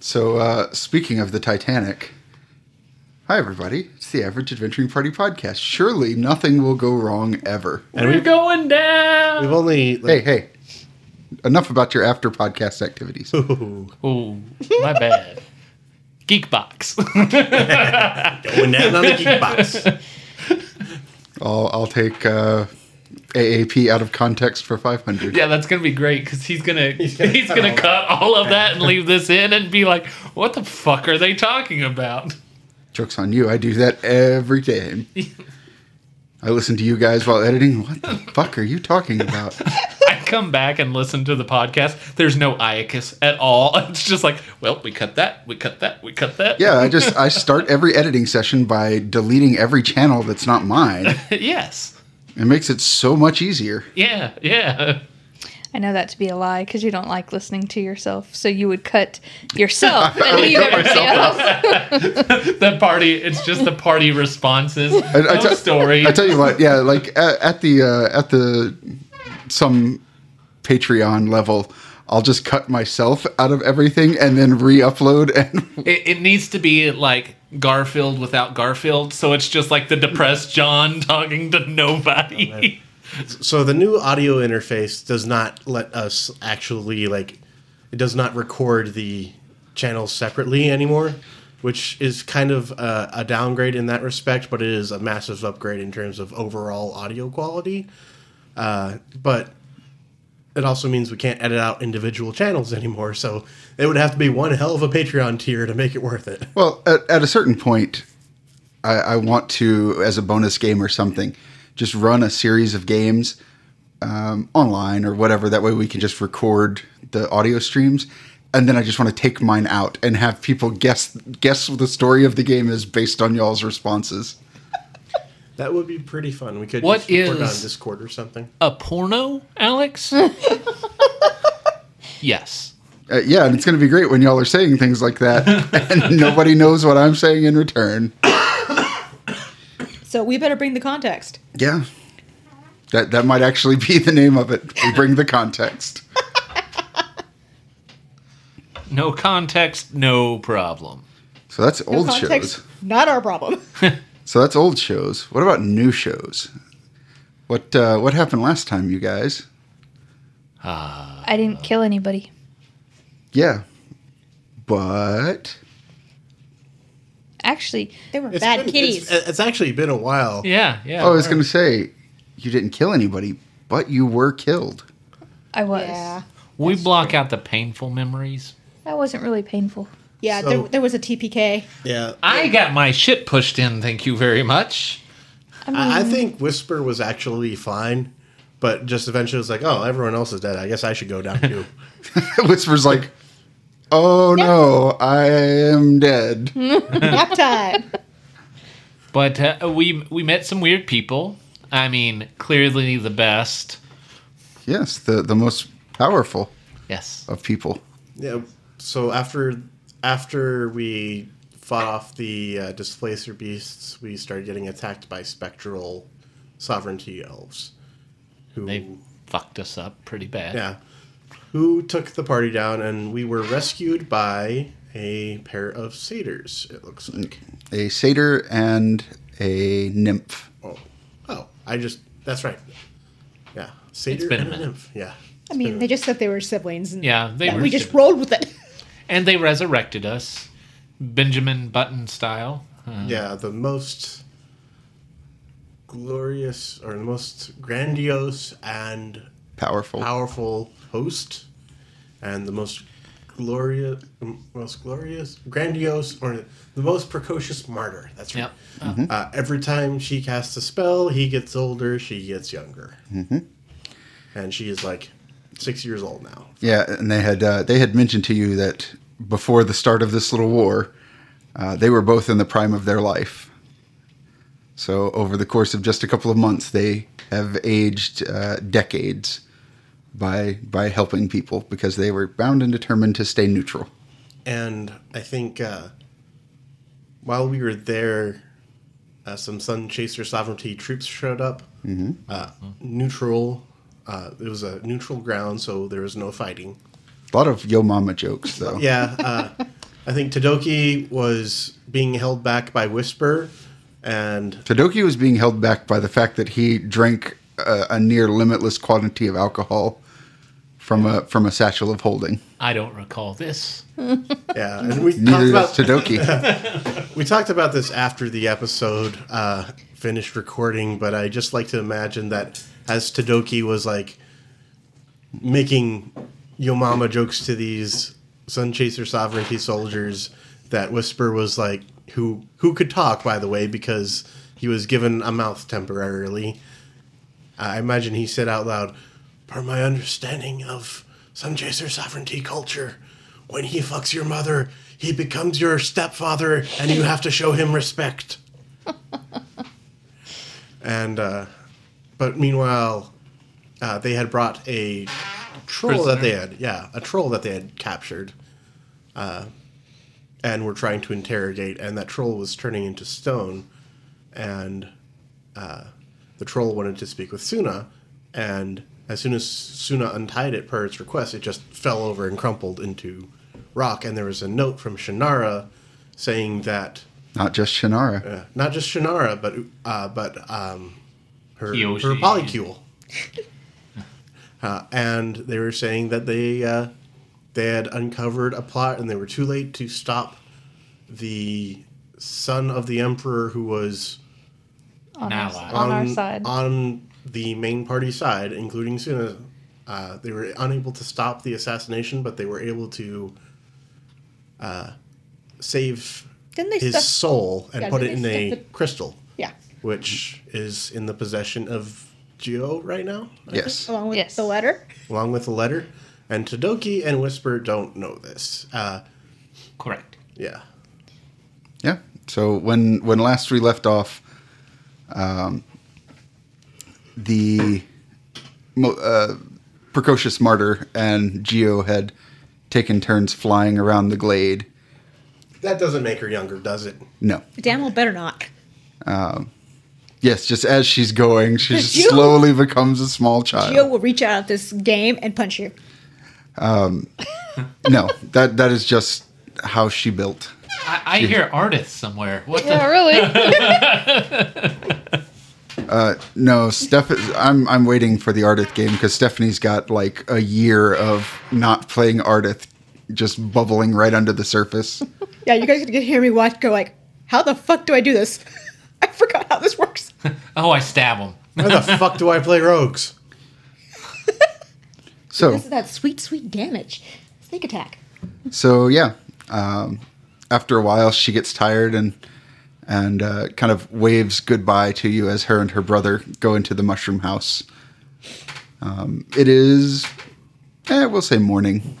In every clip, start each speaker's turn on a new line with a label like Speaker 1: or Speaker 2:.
Speaker 1: So, uh, speaking of the Titanic, hi everybody. It's the Average Adventuring Party podcast. Surely nothing will go wrong ever.
Speaker 2: And
Speaker 3: We're
Speaker 2: we've,
Speaker 3: going down.
Speaker 2: we've only
Speaker 1: Hey,
Speaker 2: like,
Speaker 1: hey. Enough about your after podcast activities.
Speaker 3: Oh, my bad. Geek box.
Speaker 2: going down on the geek box.
Speaker 1: I'll, I'll take uh, AAP out of context for 500.
Speaker 3: yeah, that's gonna be great because he's gonna he's
Speaker 2: gonna
Speaker 3: gonna,
Speaker 2: cut all
Speaker 3: cut all of that and leave this in and be like, "What the fuck are they talking about?"
Speaker 1: Joke's on you. I do that every time. I listen to you guys while editing. What the fuck are you talking about?
Speaker 3: I come back and listen to the podcast. There's no Iacus at all. It's just like, well, we cut that, we cut that, we cut that.
Speaker 1: Yeah, I just I start every editing session by deleting every channel that's not mine.
Speaker 3: yes.
Speaker 1: It makes it so much easier.
Speaker 3: Yeah. Yeah.
Speaker 4: I know that to be a lie because you don't like listening to yourself, so you would cut yourself and leave
Speaker 1: cut
Speaker 4: everybody else.
Speaker 3: The party. It's just the party responses.
Speaker 1: I
Speaker 3: no
Speaker 1: te-
Speaker 3: story.
Speaker 1: I tell you what, yeah, like at, at the uh, at the some Patreon level, I'll just cut myself out of everything and then re-upload. And
Speaker 3: It, it needs to be like Garfield without Garfield, so it's just like the depressed John talking to nobody.
Speaker 2: So the new audio interface does not let us actually like it does not record the channels separately anymore, which is kind of uh, a downgrade in that respect, but it is a massive upgrade in terms of overall audio quality. Uh, but it also means we can't edit out individual channels anymore, so it would have to be one hell of a Patreon tier to make it worth it.
Speaker 1: well, at, at a certain point, I, I want to, as a bonus game or something, just run a series of games um, online or whatever. That way, we can just record the audio streams. And then I just want to take mine out and have people guess guess what the story of the game is based on y'all's responses.
Speaker 2: That would be pretty fun. We could
Speaker 3: What
Speaker 2: just record
Speaker 3: is-
Speaker 2: on Discord or something.
Speaker 3: A porno, Alex? yes.
Speaker 1: Uh, yeah, and it's going to be great when y'all are saying things like that, and nobody knows what I'm saying in return.
Speaker 5: So we better bring the context.
Speaker 1: Yeah, that that might actually be the name of it. We bring the context.
Speaker 3: No context, no problem.
Speaker 1: So that's
Speaker 5: No
Speaker 1: old
Speaker 5: context,
Speaker 1: shows.
Speaker 5: not our problem.
Speaker 1: So that's old shows. What about new shows? What uh, what happened last time, you guys?
Speaker 4: I didn't kill anybody.
Speaker 1: Yeah, but
Speaker 4: Actually,
Speaker 5: They were
Speaker 2: It's
Speaker 5: bad
Speaker 2: been-
Speaker 5: kitties.
Speaker 2: It's, it's actually been a while.
Speaker 3: Yeah, yeah.
Speaker 1: oh, I was going to say you didn't kill anybody, but you were killed.
Speaker 4: I was.
Speaker 5: yeah.
Speaker 3: we block out the painful memories.
Speaker 4: That wasn't really painful.
Speaker 5: Yeah,
Speaker 2: So-
Speaker 5: there, there was a TPK.
Speaker 2: Yeah.
Speaker 3: I got my shit pushed in, thank you very much.
Speaker 2: I, I think Whisper was actually fine, but just eventually it was like, oh, everyone else is dead. I guess I should go down too.
Speaker 1: Whisper's like, "Oh no, I am dead."
Speaker 5: Nap time.
Speaker 3: But uh, we we met some weird people. I mean, clearly the best.
Speaker 1: Yes, the the most powerful
Speaker 3: Yes.
Speaker 1: of people.
Speaker 2: yeah. So after after we fought off the uh, displacer beasts, we started getting attacked by spectral sovereignty elves. Who?
Speaker 3: They fucked us up pretty bad.
Speaker 2: Yeah. Who took the party down, and we were rescued by a pair of satyrs. It looks like.
Speaker 1: A satyr and a nymph.
Speaker 2: Oh, oh, I just. That's right. Yeah, satyr
Speaker 3: It's been a
Speaker 2: and a
Speaker 3: minute.
Speaker 2: nymph. Yeah.
Speaker 5: I mean, they just said they were siblings. And
Speaker 3: Yeah, they
Speaker 5: that
Speaker 3: were
Speaker 5: we just
Speaker 3: siblings.
Speaker 5: rolled with it.
Speaker 3: And they resurrected us, Benjamin Button style. Uh,
Speaker 2: Yeah, the most glorious or the most grandiose and
Speaker 1: Powerful.
Speaker 2: powerful host, and the most glorious, most glorious, grandiose, or the most precocious martyr. That's right.
Speaker 3: Yep.
Speaker 2: Uh, every time she casts a spell, he gets older. She gets younger, mm-hmm. and she is like six years old now.
Speaker 1: Yeah, and they had uh, they had mentioned to you that before the start of this little war, uh, they were both in the prime of their life. So over the course of just a couple of months, they have aged uh, decades by by helping people because they were bound and determined to stay neutral.
Speaker 2: and I think uh, while we were there, uh, some Sun Chaser Sovereignty troops showed up. Uh, neutral. Uh, it was a neutral ground, so there was no fighting.
Speaker 1: A lot of yo mama jokes though.
Speaker 2: Yeah, uh, I think Tadoki was being held back by Whisper, and
Speaker 1: Tadoki was being held back by the fact that he drank a, a near limitless quantity of alcohol from a from a satchel of holding.
Speaker 6: I don't recall this.
Speaker 2: yeah, and we talked
Speaker 1: Neither
Speaker 2: about
Speaker 1: does Tadoki.
Speaker 2: we talked about this after the episode uh, finished recording, but I just like to imagine that as Tadoki was like making Yo Mama jokes to these Sun Chaser sovereignty soldiers, that Whisper was like who who could talk by the way because he was given a mouth temporarily. I imagine he said out loud, "Per my understanding of Sun Chaser sovereignty culture, when he fucks your mother, he becomes your stepfather, and you have to show him respect." and uh, but meanwhile, uh, they had brought a troll that they had, yeah, a troll that they had captured, uh, and were trying to interrogate. And that troll was turning into stone, and uh, the troll wanted to speak with Suna, and as soon as Suna untied it per its request, it just fell over and crumpled into rock. And there was a note from Shannara saying that
Speaker 1: Not just Shannara.
Speaker 2: uh, not just Shannara, but uh, but um, her
Speaker 6: Kyoshi.
Speaker 2: her polycule. uh, and they were saying that they uh, they had uncovered a plot, and they were too late to stop the son of the emperor who was
Speaker 4: on,
Speaker 6: Now
Speaker 4: our,
Speaker 6: I-
Speaker 4: on
Speaker 1: Um,
Speaker 4: our side.
Speaker 1: uh,
Speaker 2: on the main party side, including Suna, uh, they were unable to stop the assassination, but they were able to uh, save
Speaker 5: Didn't they
Speaker 2: his
Speaker 5: stuff-
Speaker 2: soul and
Speaker 5: yeah,
Speaker 2: put it
Speaker 5: didn't
Speaker 2: in
Speaker 5: they
Speaker 2: a
Speaker 5: stuff the-
Speaker 2: crystal,
Speaker 5: Yeah.
Speaker 2: which is in the possession of Geo right now, I
Speaker 1: Yes.
Speaker 5: Along with
Speaker 4: Yes.
Speaker 5: the letter.
Speaker 2: think, along with the letter. And Tadoki and Whisper don't know this. Uh,
Speaker 6: Correct.
Speaker 2: yeah.
Speaker 1: Yeah. So when when last we left off, um, the mo- uh, precocious martyr and Geo had taken turns flying around the glade.
Speaker 2: That doesn't make her younger, does it?
Speaker 1: No.
Speaker 5: Damn well better not.
Speaker 1: Yes, just as she's going, she just
Speaker 5: Geo-
Speaker 1: slowly becomes a small child.
Speaker 5: Geo will reach out at this game and punch you.
Speaker 1: no, that that is just how she built.
Speaker 6: I, I hear artists somewhere. What
Speaker 4: yeah, really.
Speaker 1: No, Steph. I'm I'm waiting for the Ardith game because Stephanie's got like a year of not playing Ardith, just bubbling right under the surface.
Speaker 5: Yeah, you guys can hear me watch go like, how the fuck do I do this? I forgot how this works.
Speaker 6: the? Oh, I stab him.
Speaker 2: Why the fuck do I play rogues?
Speaker 1: So
Speaker 5: This is that sweet, sweet damage. Sneak attack.
Speaker 1: so yeah. Um, after a while, she gets tired and and uh, kind of waves goodbye to you as her and her brother go into the mushroom house. Um, it is, eh, we'll say morning.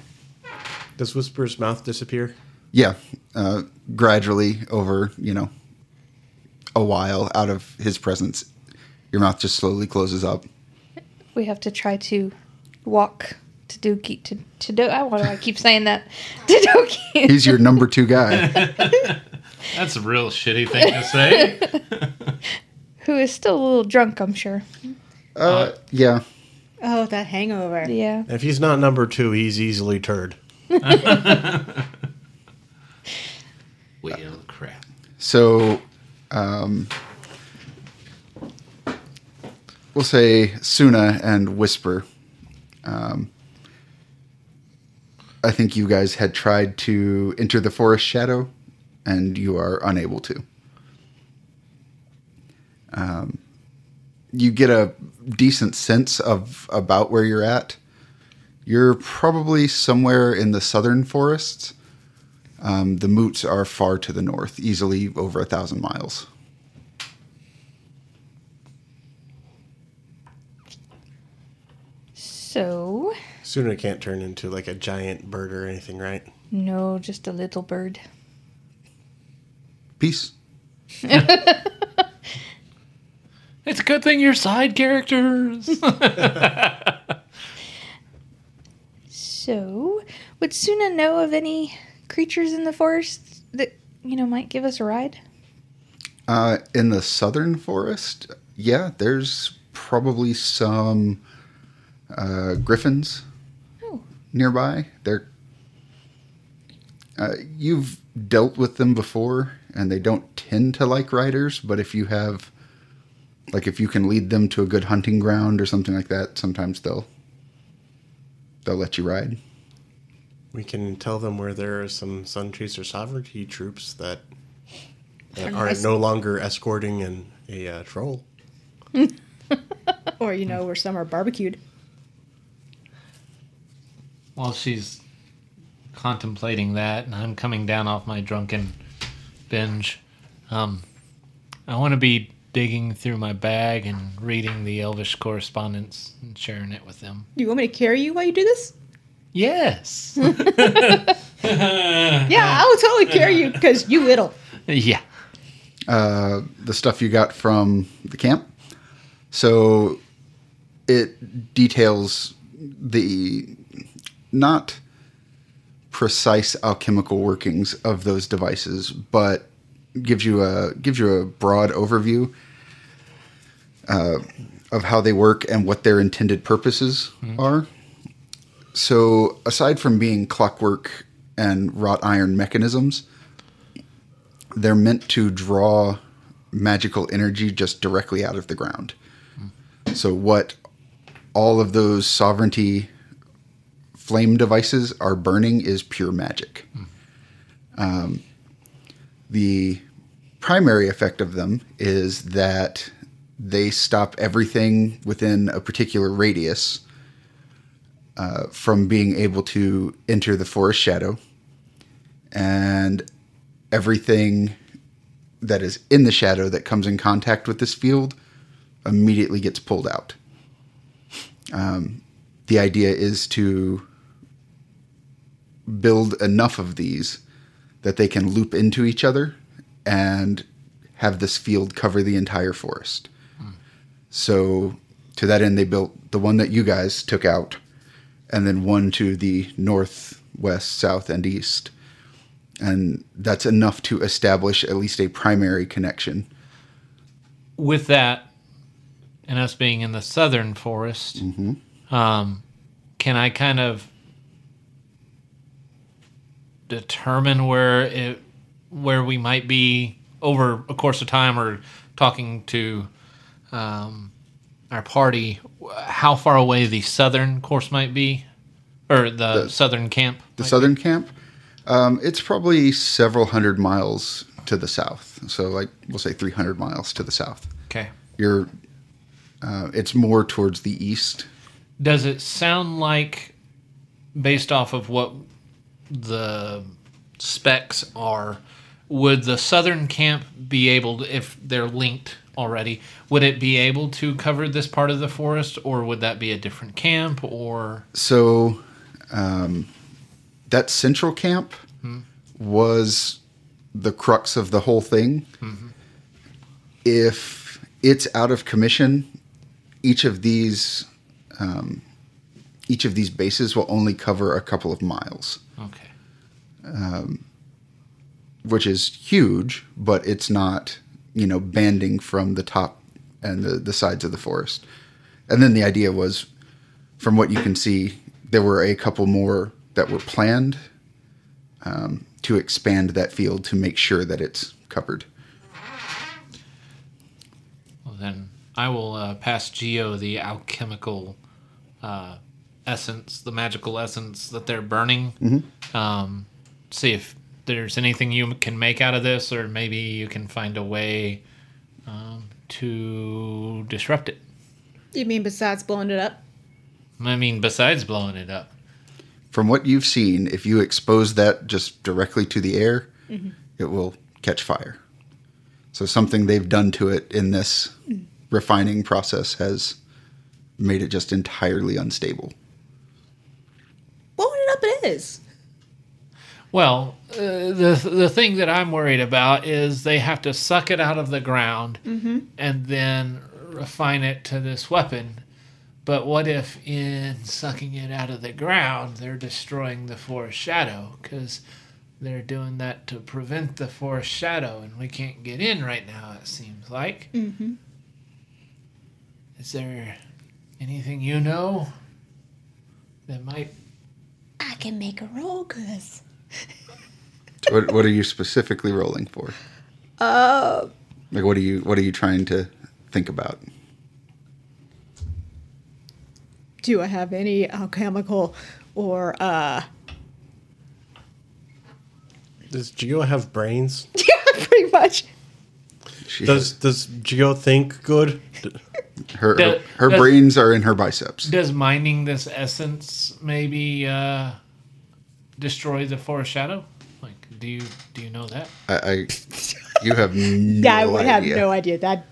Speaker 2: Does Whisper's mouth disappear?
Speaker 1: yeah, uh, gradually over, you know, a while out of his presence, your mouth just slowly closes up.
Speaker 4: we have to try to walk to Dookie to to do. I want to keep saying that to Dookie.
Speaker 1: He's your number two guy.
Speaker 6: That's a real shitty thing to say.
Speaker 4: who is still a little drunk, I'm sure.
Speaker 1: Uh, yeah.
Speaker 5: Oh, that hangover.
Speaker 4: Yeah.
Speaker 2: If he's not number two, he's easily turd.
Speaker 6: Well, crap.
Speaker 1: So, um, we'll say Suna and Whisper. Um, I think you guys had tried to enter the forest shadow, and you are unable to. Um, you get a decent sense of about where you're at. You're probably somewhere in the southern forests. Um, the moots are far to the north, easily over a thousand miles.
Speaker 4: So,
Speaker 2: Suna can't turn into like a giant bird or anything, right?
Speaker 4: no, just a little bird.
Speaker 1: Peace.
Speaker 6: It's a good thing you're side characters.
Speaker 4: So, would Suna know of any creatures in the forest that, you know, might give us a ride?
Speaker 1: Uh, in the southern forest, yeah, there's probably some uh, griffins
Speaker 4: Oh.
Speaker 1: nearby. They're uh, you've dealt with them before, and they don't tend to like riders. But if you have, like, if you can lead them to a good hunting ground or something like that, sometimes they'll they'll let you ride.
Speaker 2: We can tell them where there are some Sun Chaser sovereignty troops that, that are
Speaker 5: nice.
Speaker 2: no longer escorting an, a uh, troll.
Speaker 5: Or, you know, where some are barbecued.
Speaker 3: While she's contemplating that, and I'm coming down off my drunken binge, um, I want to be digging through my bag and reading the Elvish correspondence and sharing it with them.
Speaker 5: Do you want me to carry you while you do this?
Speaker 3: Yes.
Speaker 5: Yeah, I will totally carry you because you little.
Speaker 3: yeah.
Speaker 1: uh, the stuff you got from the camp. So it details the not precise alchemical workings of those devices, but gives you a gives you a broad overview uh, of how they work and what their intended purposes are. So aside from being clockwork and wrought iron mechanisms, they're meant to draw magical energy just directly out of the ground. So what all of those sovereignty flame devices are burning is pure magic. Um, the primary effect of them is that they stop everything within a particular radius uh, from being able to enter the forest shadow, and everything that is in the shadow that comes in contact with this field immediately gets pulled out. Um, the idea is to build enough of these that they can loop into each other and have this field cover the entire forest. So, to that end, they built the one that you guys took out, and then one to the north, west, south, and east and that's enough to establish at least a primary connection.
Speaker 3: with that and us being in the southern forest, um, can I kind of determine where it where we might be over a course of time or talking to um, our party wh- how far away the southern course might be or the, southern camp
Speaker 1: The
Speaker 3: might
Speaker 1: southern camp, um, it's probably several hundred miles to the south. So, like we'll say, three hundred miles to the south.
Speaker 3: be? okay
Speaker 1: You're, uh, it's more towards the east.
Speaker 3: Does it sound like, based off of what the specs are, would the southern camp be able to, if they're linked already, would it be able to cover this part of the forest, or would that be a different camp? Or
Speaker 1: So, um, that central camp was the crux of the whole thing. If it's out of commission, each of these um, each of these bases will only cover a couple of miles,
Speaker 3: okay,
Speaker 1: which is huge, but it's not you know banding from the top and the, the sides of the forest. And then the idea was, from what you can see, there were a couple more that were planned um, to expand that field to make sure that it's covered.
Speaker 3: well then I will uh, pass Geo the alchemical uh, essence, the magical essence that they're burning. Um, see if there's anything you can make out of this, or maybe you can find a way um, to disrupt it.
Speaker 5: You mean besides blowing it up?
Speaker 3: I mean, besides blowing it up.
Speaker 1: From what you've seen, if you expose that just directly to the air,
Speaker 5: Mm-hmm.
Speaker 1: it will catch fire. So something they've done to it in this
Speaker 5: Mm.
Speaker 1: refining process has made it just entirely unstable.
Speaker 5: Blowing it up it is.
Speaker 3: Well, uh, the the thing that I'm worried about is they have to suck it out of the ground and then refine it to this weapon. But what if in sucking it out of the ground, they're destroying the forest shadow because they're doing that to prevent the forest shadow, and we can't get in right now. It seems like. Mm-hmm. Is there anything you know that might
Speaker 5: I can make a roll, cuz.
Speaker 1: What, what are you specifically rolling for?
Speaker 5: Uh,
Speaker 1: Like, what are you what are you trying to think about?
Speaker 5: do I have any alchemical or uh
Speaker 2: Does Geo have brains?
Speaker 5: yeah, pretty much.
Speaker 1: She
Speaker 2: Does does Geo think good?
Speaker 1: her her,
Speaker 3: Does-
Speaker 1: her
Speaker 3: does-
Speaker 1: brains are in her biceps.
Speaker 3: Does mining this essence maybe uh, destroy the foreshadow? Like, do you do you know that?
Speaker 1: I, I you have no
Speaker 5: Yeah, I would have
Speaker 1: idea.
Speaker 5: no idea. That'd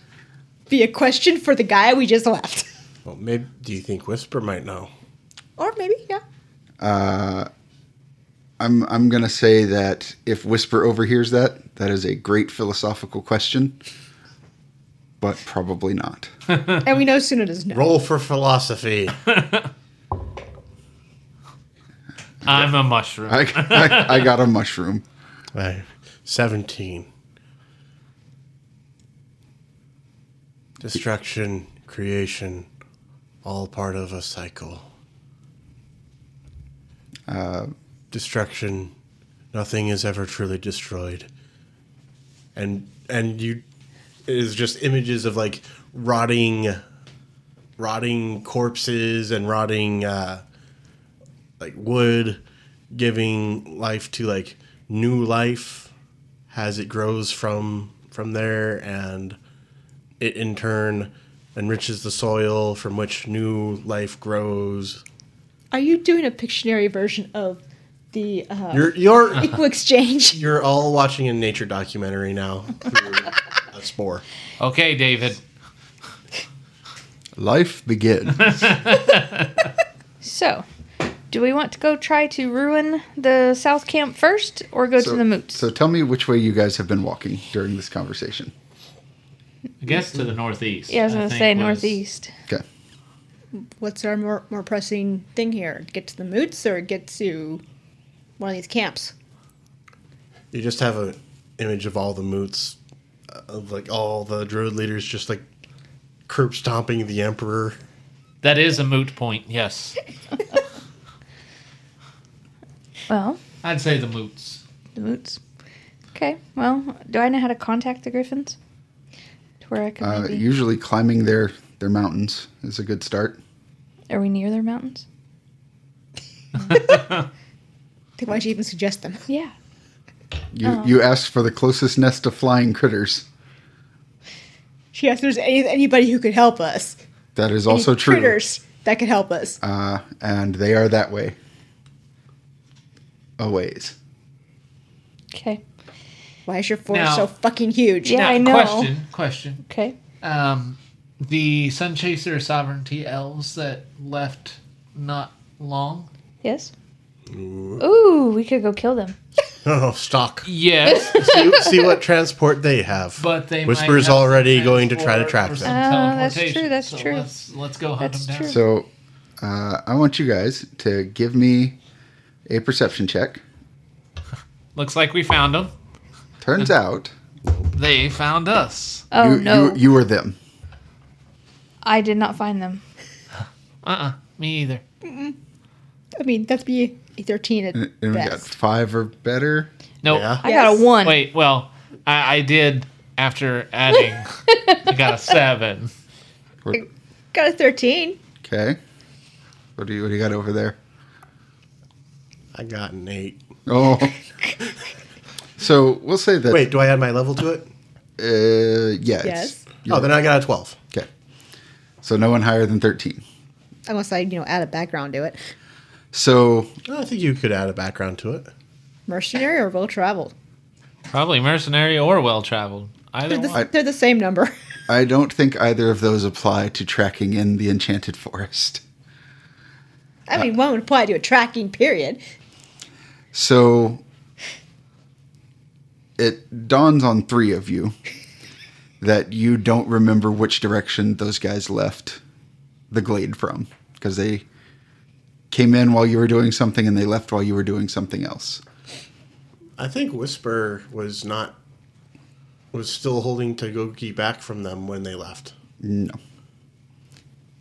Speaker 5: be a question for the guy we just left.
Speaker 2: Well, maybe. Do you think Whisper might know?
Speaker 5: or maybe, yeah.
Speaker 1: I'm I'm gonna say that if Whisper overhears that, that is a great philosophical question, but probably not.
Speaker 5: And we know Suna does know.
Speaker 2: Roll for philosophy.
Speaker 3: I'm a mushroom.
Speaker 1: I, I, I got a mushroom.
Speaker 2: Right. Seventeen. Destruction, creation, all part of a cycle. Uh, Destruction. Nothing is ever truly destroyed. And and you it is just images of like rotting rotting corpses and rotting uh, like wood giving life to like new life as it grows from from there and it in turn enriches the soil from which new life grows
Speaker 5: Are you doing a Pictionary version of the uh,
Speaker 2: you're you're
Speaker 5: equal exchange?
Speaker 2: you're all watching a nature documentary now through a spore
Speaker 3: Okay, David.
Speaker 1: Life begins.
Speaker 4: So, do we want to go try to ruin the South Camp first or go to the Moots?
Speaker 1: So tell me which way you guys have been walking during this conversation.
Speaker 3: I guess to the northeast.
Speaker 4: yeah, I was going to
Speaker 3: think
Speaker 4: say
Speaker 3: was-
Speaker 4: Northeast.
Speaker 1: Okay.
Speaker 5: What's our more, more pressing thing here? Get to the moots or get to one of these camps?
Speaker 2: you just have an image of all the moots uh, of like all the druid leaders just like curb stomping the emperor
Speaker 3: That is a moot point. Yes,
Speaker 4: Well,
Speaker 3: I'd say the moots.
Speaker 4: the Moots. Okay, well, do I know how to contact the Griffins? To where I could
Speaker 1: Uh,
Speaker 4: maybe.
Speaker 1: usually climbing their their mountains is a good start.
Speaker 4: Are we near their mountains?
Speaker 5: Then Why'd you even suggest them?
Speaker 4: Yeah.
Speaker 1: You
Speaker 4: Oh.
Speaker 1: you asked for the closest nest of flying critters.
Speaker 5: She asked if there's any, anybody who could help us.
Speaker 1: That is
Speaker 5: Any
Speaker 1: also true.
Speaker 5: Critters that could help us.
Speaker 1: Uh, and they are that way. A ways.
Speaker 4: Okay.
Speaker 5: Why is your forest
Speaker 3: Now-
Speaker 5: so fucking huge?
Speaker 4: Yeah,
Speaker 3: Now,
Speaker 4: I know.
Speaker 3: Question. Question.
Speaker 4: Okay.
Speaker 3: Um, the Sun Chaser Sovereignty elves that left not long.
Speaker 4: Yes. Ooh, we could go kill them.
Speaker 2: oh stock
Speaker 3: Yes,
Speaker 2: see, see what transport they have.
Speaker 3: but they. might
Speaker 2: Whisper's
Speaker 3: have
Speaker 2: already
Speaker 3: some
Speaker 2: going to try to
Speaker 3: transport
Speaker 2: trap
Speaker 3: or
Speaker 2: them.
Speaker 3: some
Speaker 4: Ah, that's true,
Speaker 3: teleportation.
Speaker 4: that's
Speaker 3: So
Speaker 4: true.
Speaker 3: Let's, let's go hunt
Speaker 4: That's
Speaker 3: them down.
Speaker 4: true.
Speaker 1: So uh, I want you guys to give me a perception check.
Speaker 3: Looks like we found them.
Speaker 1: Turns out
Speaker 3: They found us.
Speaker 4: Oh,
Speaker 1: you,
Speaker 4: no.
Speaker 1: you you were them.
Speaker 4: I did not find them.
Speaker 3: Uh uh me either.
Speaker 5: I mean, that'd be a 13 at
Speaker 1: And we got
Speaker 5: best.
Speaker 1: five or better.
Speaker 3: Nope.
Speaker 2: Yeah.
Speaker 4: I got a
Speaker 5: Yes.
Speaker 4: one.
Speaker 3: Wait, well, I, I did after adding. I got a seven.
Speaker 1: We're-
Speaker 5: Got a 13.
Speaker 1: Okay. What do you what do you got over there?
Speaker 2: I got an eight.
Speaker 1: Oh. so we'll say that.
Speaker 2: Wait, do I add my level to it?
Speaker 1: Uh, yeah.
Speaker 5: Yes.
Speaker 1: Yes.
Speaker 2: Oh, then I got a twelve.
Speaker 1: Okay. So no one higher than thirteen.
Speaker 5: Unless I, you know, add a background to it.
Speaker 1: So
Speaker 2: I think you could add a background to it.
Speaker 5: Mercenary or well traveled?
Speaker 3: Probably mercenary or well traveled. Either
Speaker 5: They're the,
Speaker 3: one.
Speaker 5: they're the same number.
Speaker 1: I don't think either of those apply to tracking in the enchanted forest.
Speaker 5: I mean, one would apply to a tracking period.
Speaker 1: So it dawns on three of you that you don't remember which direction those guys left the glade from because they came in while you were doing something and they left while you were doing something else.
Speaker 2: I think Whisper was not was still holding Tagogi back from them when they left.
Speaker 1: No.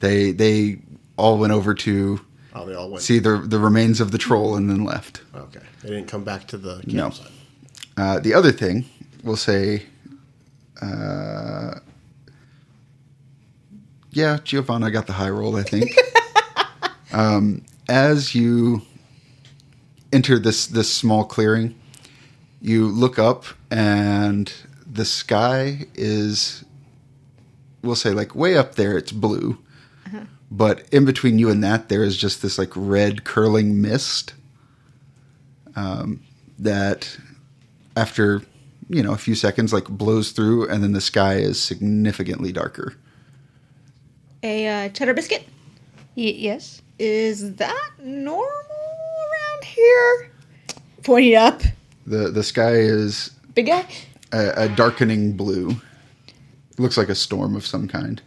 Speaker 1: They they all went over to
Speaker 2: Oh, they all went.
Speaker 1: see the the remains of the troll and then left.
Speaker 2: Okay, they didn't come back to the
Speaker 1: No.
Speaker 2: campsite.
Speaker 1: Uh, the other thing, we'll say, uh, yeah, Giovanna got the high roll, I think. um, as you enter this this small clearing, you look up and the sky is, we'll say, like way up there. It's blue, but in between you and that, there is just this like red curling mist. Um, that after you know a few seconds like blows through and then the sky is significantly darker
Speaker 5: A uh, cheddar biscuit?
Speaker 4: Y- yes.
Speaker 5: Is that normal around here? Pointing up.
Speaker 1: the the sky is
Speaker 5: Big guy?
Speaker 1: a, a darkening blue looks like a storm of some kind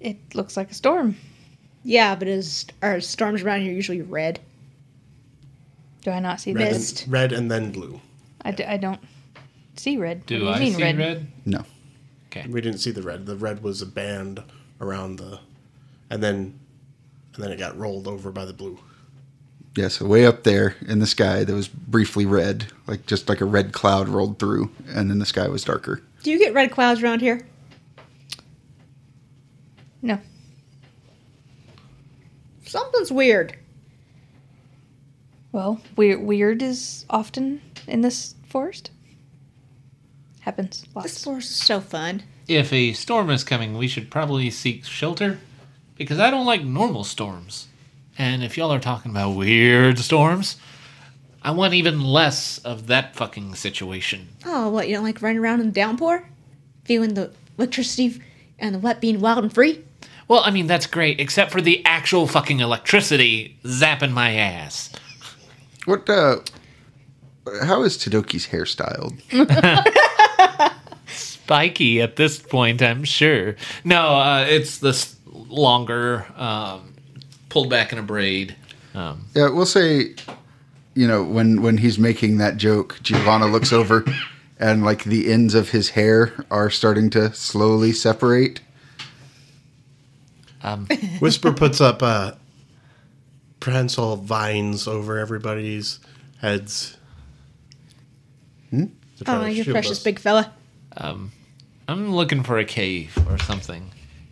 Speaker 4: It looks like a storm.
Speaker 5: Yeah, but is are storms around here usually red?
Speaker 4: Do I not see
Speaker 2: Red,
Speaker 4: this?
Speaker 5: Mist.
Speaker 2: and, red and then blue.
Speaker 4: I, d- I don't see red.
Speaker 3: Do
Speaker 4: What you
Speaker 3: I
Speaker 4: mean
Speaker 3: see red?
Speaker 1: no
Speaker 2: We didn't see the red. The red was a band around the, and then, and then it got rolled over by the blue.
Speaker 1: yeah so way up there in the sky that was briefly red like just like a red cloud rolled through and then the sky was darker
Speaker 5: Do you get red clouds around here?
Speaker 4: No.
Speaker 5: Something's weird.
Speaker 4: Well, weird, weird is often in this forest. Happens
Speaker 5: This
Speaker 4: lots.
Speaker 5: forest is so fun.
Speaker 3: If a storm is coming, we should probably seek shelter because I don't like normal storms. And if y'all are talking about weird storms, I want even less of that fucking situation.
Speaker 5: Oh, what, you don't like running around in the downpour? Feeling the electricity and the wet being wild and free?
Speaker 3: Well, I mean, that's great, except for the actual fucking electricity zapping my ass.
Speaker 1: what uh how is Tadoki's hair styled?
Speaker 3: Spiky at this point, I'm sure. No, uh, it's this longer, um, pulled back in a braid. Um,
Speaker 1: Yeah, we'll say, you know, when when he's making that joke, Giovanna looks over, and like the ends of his hair are starting to slowly separate.
Speaker 2: Whisper puts up uh, prehensile vines over everybody's heads. Hmm?
Speaker 5: Oh, you precious big fella.
Speaker 3: I'm looking for a cave or something,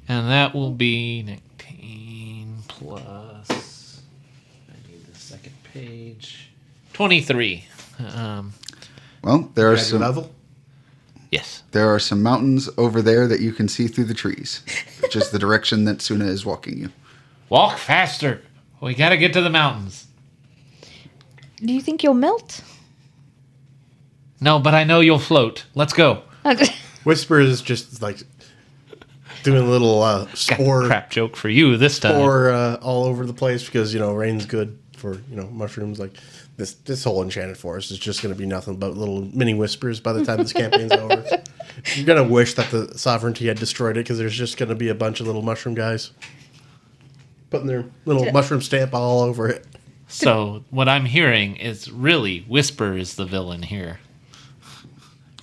Speaker 3: and that will be 19 plus. I need the second page. 23. Um,
Speaker 1: Well, there are some
Speaker 2: level.
Speaker 3: yes.
Speaker 1: there are some mountains over there that you can see through the trees, which is the direction that Suna is walking you.
Speaker 3: Walk faster. We gotta get to the mountains.
Speaker 4: Do you think you'll melt?
Speaker 3: No, but I know you'll float. Let's go.
Speaker 2: Whisper is just like doing a little uh,
Speaker 3: Got
Speaker 2: spore
Speaker 3: a crap joke for you this time.
Speaker 2: or uh, all over the place because you know rain's good for you know mushrooms like this this whole enchanted forest is just going to be nothing but little mini whispers by the time this campaign's over you're going to wish that the sovereignty had destroyed it because there's just going to be a bunch of little mushroom guys putting their little mushroom stamp all over it
Speaker 3: So what I'm hearing is really Whisper is the villain here.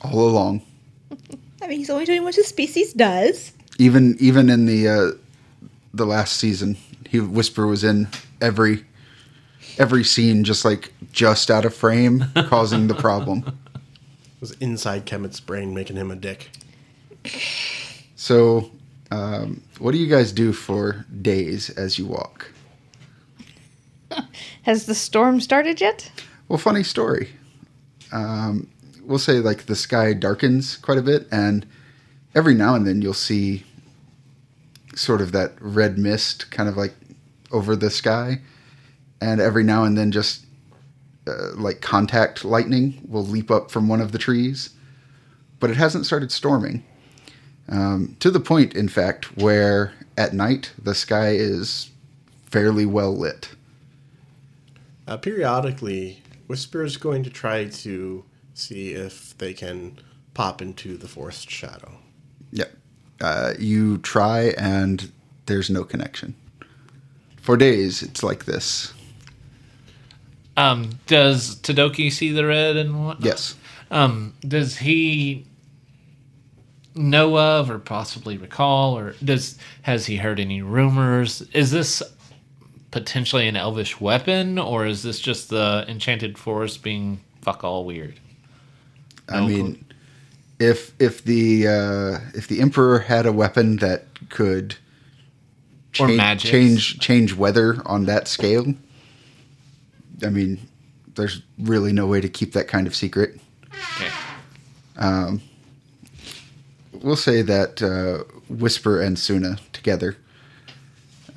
Speaker 1: All along,
Speaker 5: I mean, he's only doing what his species does.
Speaker 1: even even in the uh, the last season, he Whisper was in every every scene, just like just out of frame, causing the problem.
Speaker 2: it was inside kemet's brain making him a dick
Speaker 1: So, um, what do you guys do for days as you walk?
Speaker 4: Has the storm started yet?
Speaker 1: Well, funny story. Um, we'll say like the sky darkens quite a bit, and every now and then you'll see sort of that red mist kind of like over the sky, and every now and then just uh, like contact lightning will leap up from one of the trees, but it hasn't started storming. Um, to the point, in fact, where at night the sky is fairly well lit.
Speaker 2: Uh, periodically, Whisper is going to try to see if they can pop into the forest shadow.
Speaker 1: Yep. Uh, you try and there's no connection. For days, it's like this.
Speaker 3: Um, does Tadoki see the red and what?
Speaker 1: Yes.
Speaker 3: Um, does he know of or possibly recall or does has he heard any rumors? Is this potentially an elvish weapon or is this just the enchanted forest being fuck all weird?
Speaker 1: I mean, if if the uh, if the emperor had a weapon that could cha-
Speaker 3: Or magic.
Speaker 1: change change weather on that scale, I mean, there's really no way to keep that kind of secret.
Speaker 3: Okay.
Speaker 1: We'll say that uh, Whisper and Suna together.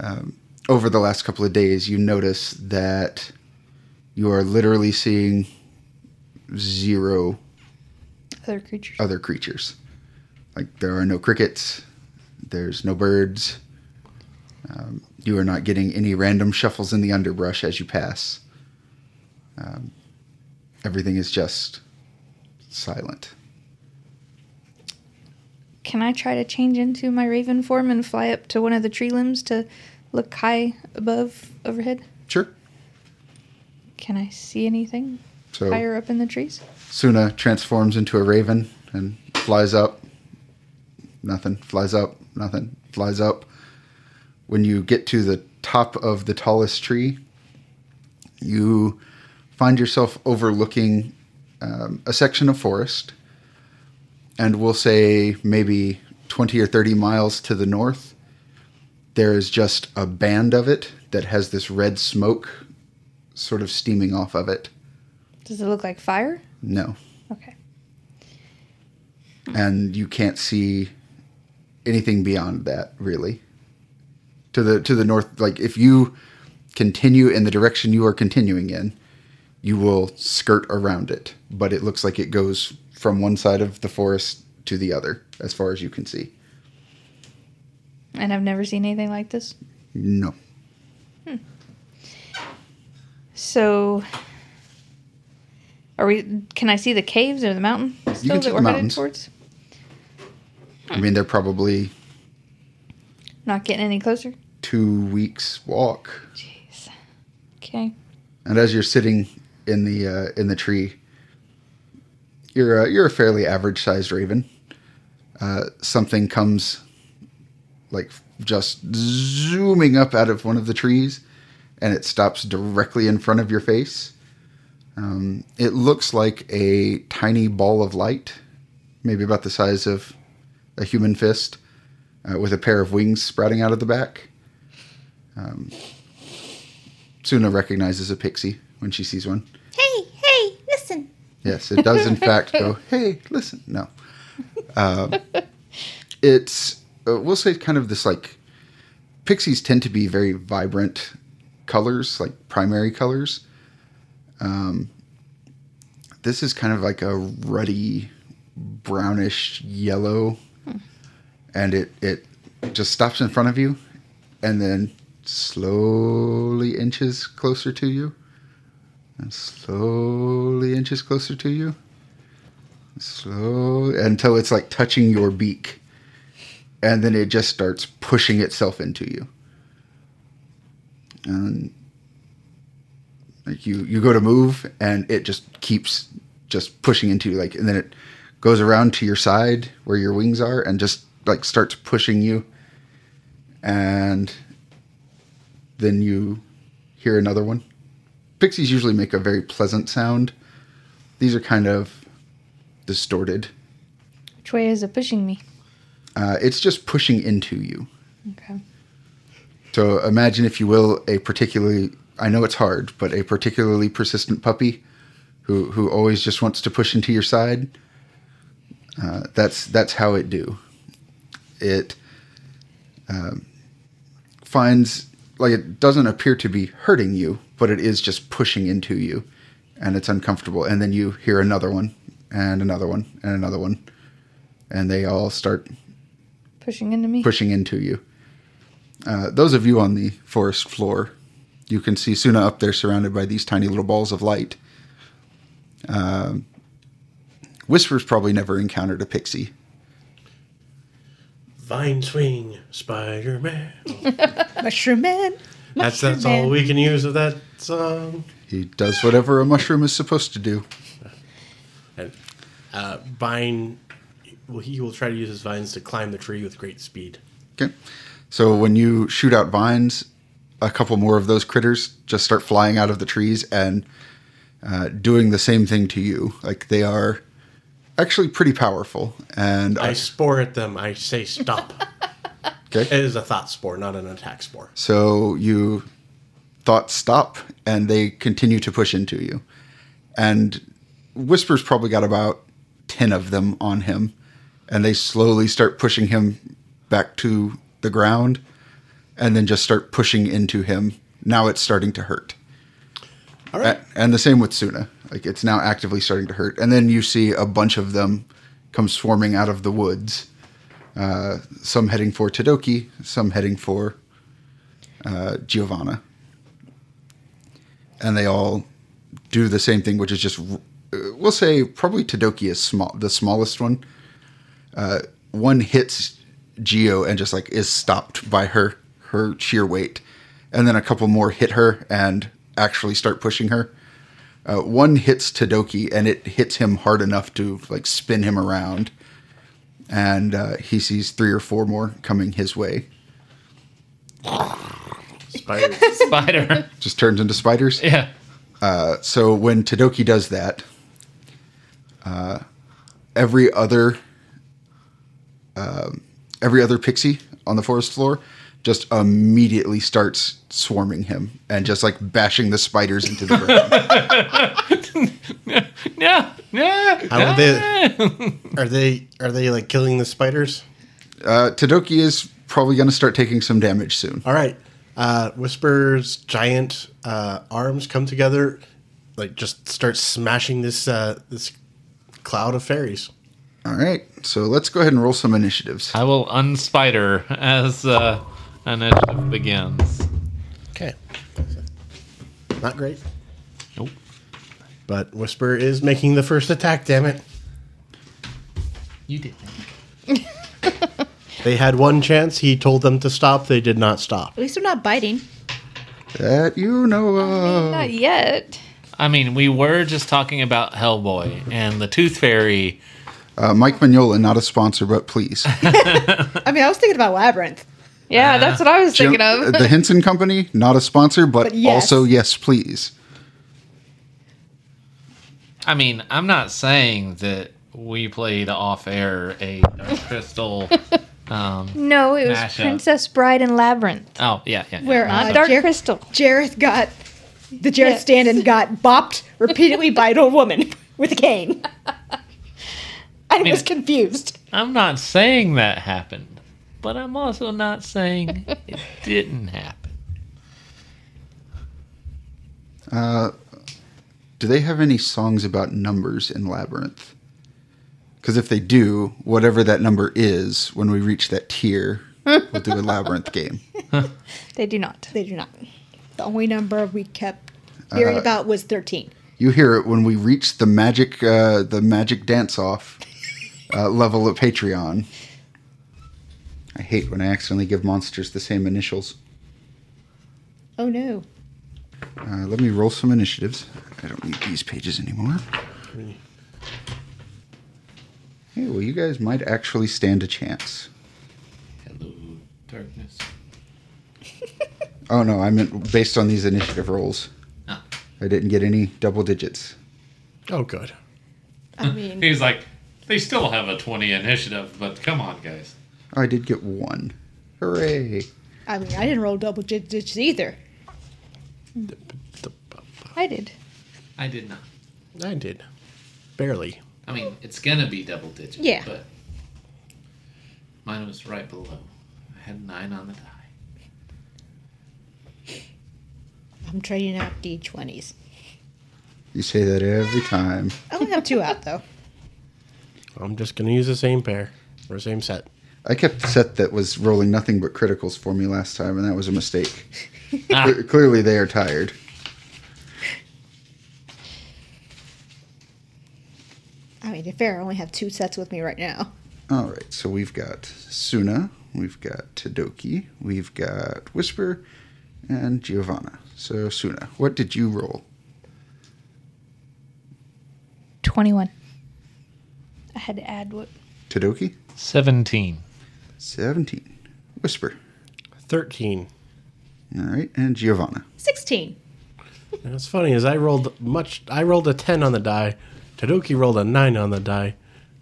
Speaker 1: Um, over the last couple of days, you notice that you are literally seeing zero
Speaker 4: Other creatures.
Speaker 1: other creatures. Like there are no crickets, there's no birds. Um, you are not getting any random shuffles in the underbrush as you pass. Um, everything is just silent.
Speaker 4: Can I try to change into my raven form and fly up to one of the tree limbs to look high above overhead?
Speaker 1: Sure.
Speaker 4: Can I see anything
Speaker 1: So
Speaker 4: higher up in the trees?
Speaker 1: Suna transforms into a raven and flies up. Nothing. Flies up. Nothing. Flies up. When you get to the top of the tallest tree, you find yourself overlooking um, a section of forest. And we'll say maybe 20 or 30 miles to the north, there is just a band of it that has this red smoke sort of steaming off of it.
Speaker 4: Does it look like fire?
Speaker 1: No.
Speaker 4: Okay.
Speaker 1: and you can't see anything beyond that really to the to the north like if you continue in the direction you are continuing in you will skirt around it but it looks like it goes from one side of the forest to the other as far as you can see
Speaker 4: And I've never seen anything like this.
Speaker 1: no
Speaker 4: So, are we? Can I see the caves or the mountain still
Speaker 1: can see
Speaker 4: that
Speaker 1: the
Speaker 4: we're headed
Speaker 1: mountains.
Speaker 4: towards?
Speaker 1: i mean they're probably
Speaker 4: Not getting any closer.
Speaker 1: two weeks walk
Speaker 4: Jeez. Okay.
Speaker 1: And as you're sitting in the uh, in the tree, you're a, you're a fairly average sized raven. Uh, something comes, like just zooming up out of one of the trees, and it stops directly in front of your face. Um, it looks like a tiny ball of light, maybe about the size of a human fist, uh, with a pair of wings sprouting out of the back. Suna recognizes a pixie when she sees one.
Speaker 5: Hey, hey, listen.
Speaker 1: Yes, it does in fact go, hey, listen. No. Um, it's, uh, we'll say kind of this like, pixies tend to be very vibrant colors, like primary colors. Um, this is kind of like a ruddy, brownish yellow. And it, it just stops in front of you and then slowly inches closer to you and slowly inches closer to you. Slowly until it's like touching your beak. And then it just starts pushing itself into you. And like you you go to move and it just keeps just pushing into you like and then it goes around to your side where your wings are and just like starts pushing you. And then you hear another one pixies usually make a very pleasant sound. These are kind of distorted.
Speaker 4: Which way is it pushing me?
Speaker 1: Uh, it's just pushing into you.
Speaker 4: Okay.
Speaker 1: So imagine, if you will, a particularly, I know it's hard, but a particularly persistent puppy who, who always just wants to push into your side. Uh, that's, that's how it do. It um, finds, like it doesn't appear to be hurting you, but it is just pushing into you and it's uncomfortable. And then you hear another one and another one and another one. And they all start
Speaker 4: Pushing into me.
Speaker 1: pushing into you. Uh, those of you on the forest floor, you can see Suna up there surrounded by these tiny little balls of light. Um, Whisper's probably never encountered a pixie.
Speaker 2: Vine swing, Spider Man.
Speaker 5: Mushroom Man.
Speaker 2: That's that's
Speaker 5: Mushroom
Speaker 2: all
Speaker 5: Man.
Speaker 2: we can use of that song.
Speaker 1: He does whatever a mushroom is supposed to do.
Speaker 2: And uh, Vine, well, he will try to use his vines to climb the tree with great speed.
Speaker 1: Okay. So when you shoot out vines, a couple more of those critters just start flying out of the trees and uh, doing the same thing to you. Like they are actually pretty powerful. And
Speaker 2: I spore at them. I say stop.
Speaker 1: okay,
Speaker 2: it is a thought spore, not an attack spore.
Speaker 1: so you thought stop, and they continue to push into you. And Whisper's probably got about ten of them on him, and they slowly start pushing him back to the ground, and then just start pushing into him. Now it's starting to hurt.
Speaker 2: All
Speaker 1: A-
Speaker 2: right.
Speaker 1: and the same with Suna. Like it's now actively starting to hurt. And then you see a bunch of them come swarming out of the woods. Uh, some heading for Tadoki, some heading for uh, Giovanna. And they all do the same thing, which is just, uh, we'll say probably Tadoki is small, the smallest one. Uh, one hits Geo and just like is stopped by her her sheer weight, and then a couple more hit her and actually start pushing her. Uh, one hits Tadoki and it hits him hard enough to like spin him around, and uh, he sees three or four more coming his way.
Speaker 2: Spider.
Speaker 3: Spider.
Speaker 1: Just turns into spiders. Uh,
Speaker 3: yeah.
Speaker 1: so when Tadoki does that, uh, every other um, every other pixie on the forest floor just immediately starts swarming him and just like bashing the spiders into the ground.
Speaker 3: Yeah. Yeah.
Speaker 2: How would they? Are they? Are they like killing the spiders?
Speaker 1: uh, Tadoki is probably going to start taking some damage soon.
Speaker 2: All right. Uh, Whisper's giant uh, arms come together, like just start smashing this uh, this cloud of fairies.
Speaker 1: All right, so let's go ahead and roll some initiatives.
Speaker 6: I will unspider as uh, initiative begins.
Speaker 2: Okay. Not great,
Speaker 6: Nope.
Speaker 2: but Whisper is making the first attack. Damn it!
Speaker 6: You did.
Speaker 2: They had one chance. He told them to stop. They did not stop.
Speaker 5: At least they're not biting.
Speaker 1: That you know of.
Speaker 4: Not yet.
Speaker 3: I mean, we were just talking about Hellboy and the Tooth Fairy.
Speaker 1: Uh, Mike Mignola, not a sponsor, but please.
Speaker 5: I mean, I was thinking about labyrinth.
Speaker 4: Yeah, that's what I was
Speaker 1: Jim- uh,
Speaker 4: thinking of.
Speaker 1: the Henson Company, not a sponsor, but,
Speaker 5: But yes.
Speaker 1: also yes, please.
Speaker 3: I mean, I'm not saying that we played off air a Dark Crystal.
Speaker 4: no, it was
Speaker 3: Mashup.
Speaker 4: Princess Bride and Labyrinth.
Speaker 3: Oh, yeah, yeah. yeah.
Speaker 5: Where
Speaker 3: Not-
Speaker 5: uh,
Speaker 4: Dark
Speaker 5: Jer-
Speaker 4: Crystal.
Speaker 5: Jareth got the Jareth
Speaker 4: Yes.
Speaker 5: stand and got bopped repeatedly by an old woman with a cane. I
Speaker 3: mean-
Speaker 5: was confused.
Speaker 3: I'm not saying that happened, but I'm also not saying it didn't happen.
Speaker 1: Do they have any songs about numbers in Labyrinth? Because if they do, whatever that number is, when we reach that tier, we'll do a Labyrinth game.
Speaker 4: They do not.
Speaker 5: They do not. The only number we kept hearing about was 13.
Speaker 1: You hear it when we reach the magic, uh, the magic dance off uh, level of Patreon. I hate when I accidentally give monsters the same initials.
Speaker 5: Oh no.
Speaker 1: Uh, let me roll some initiatives. I don't need these pages anymore. Hey, well, you guys might actually stand a chance.
Speaker 3: Hello, darkness.
Speaker 1: Oh no, I meant based on these initiative rolls.
Speaker 3: Ah.
Speaker 1: I didn't get any double digits.
Speaker 2: Oh, good.
Speaker 5: I mean,
Speaker 6: He's like, they still have a 20 initiative, but come on, guys.
Speaker 1: Oh, I did get one. Hooray!
Speaker 5: I mean, I didn't roll double dig- digits either.
Speaker 4: I did.
Speaker 3: I did not.
Speaker 2: I did, barely.
Speaker 3: I mean, it's gonna be double digits.
Speaker 5: Yeah.
Speaker 3: But mine was right below. I had nine on the die.
Speaker 5: I'm trading out D20s.
Speaker 1: You say that every time.
Speaker 5: I only have two out though.
Speaker 2: I'm just gonna use the same pair or same set.
Speaker 1: I kept the set that was rolling nothing but criticals for me last time, and that was a mistake.
Speaker 3: Ah.
Speaker 1: Cle- clearly, they are tired.
Speaker 5: I mean, to fair, I only have two sets with me right now.
Speaker 1: All right, so we've got Suna, we've got Tadoki, we've got Whisper, and Giovanna. So Suna, what did you roll?
Speaker 4: 21. I had to add what.
Speaker 1: Tadoki,
Speaker 3: 17.
Speaker 1: seventeen. Whisper.
Speaker 2: Thirteen.
Speaker 1: All right, and Giovanna.
Speaker 5: 16.
Speaker 2: And what's funny is I rolled much. I rolled a ten on the die. Tadoki rolled a nine on the die.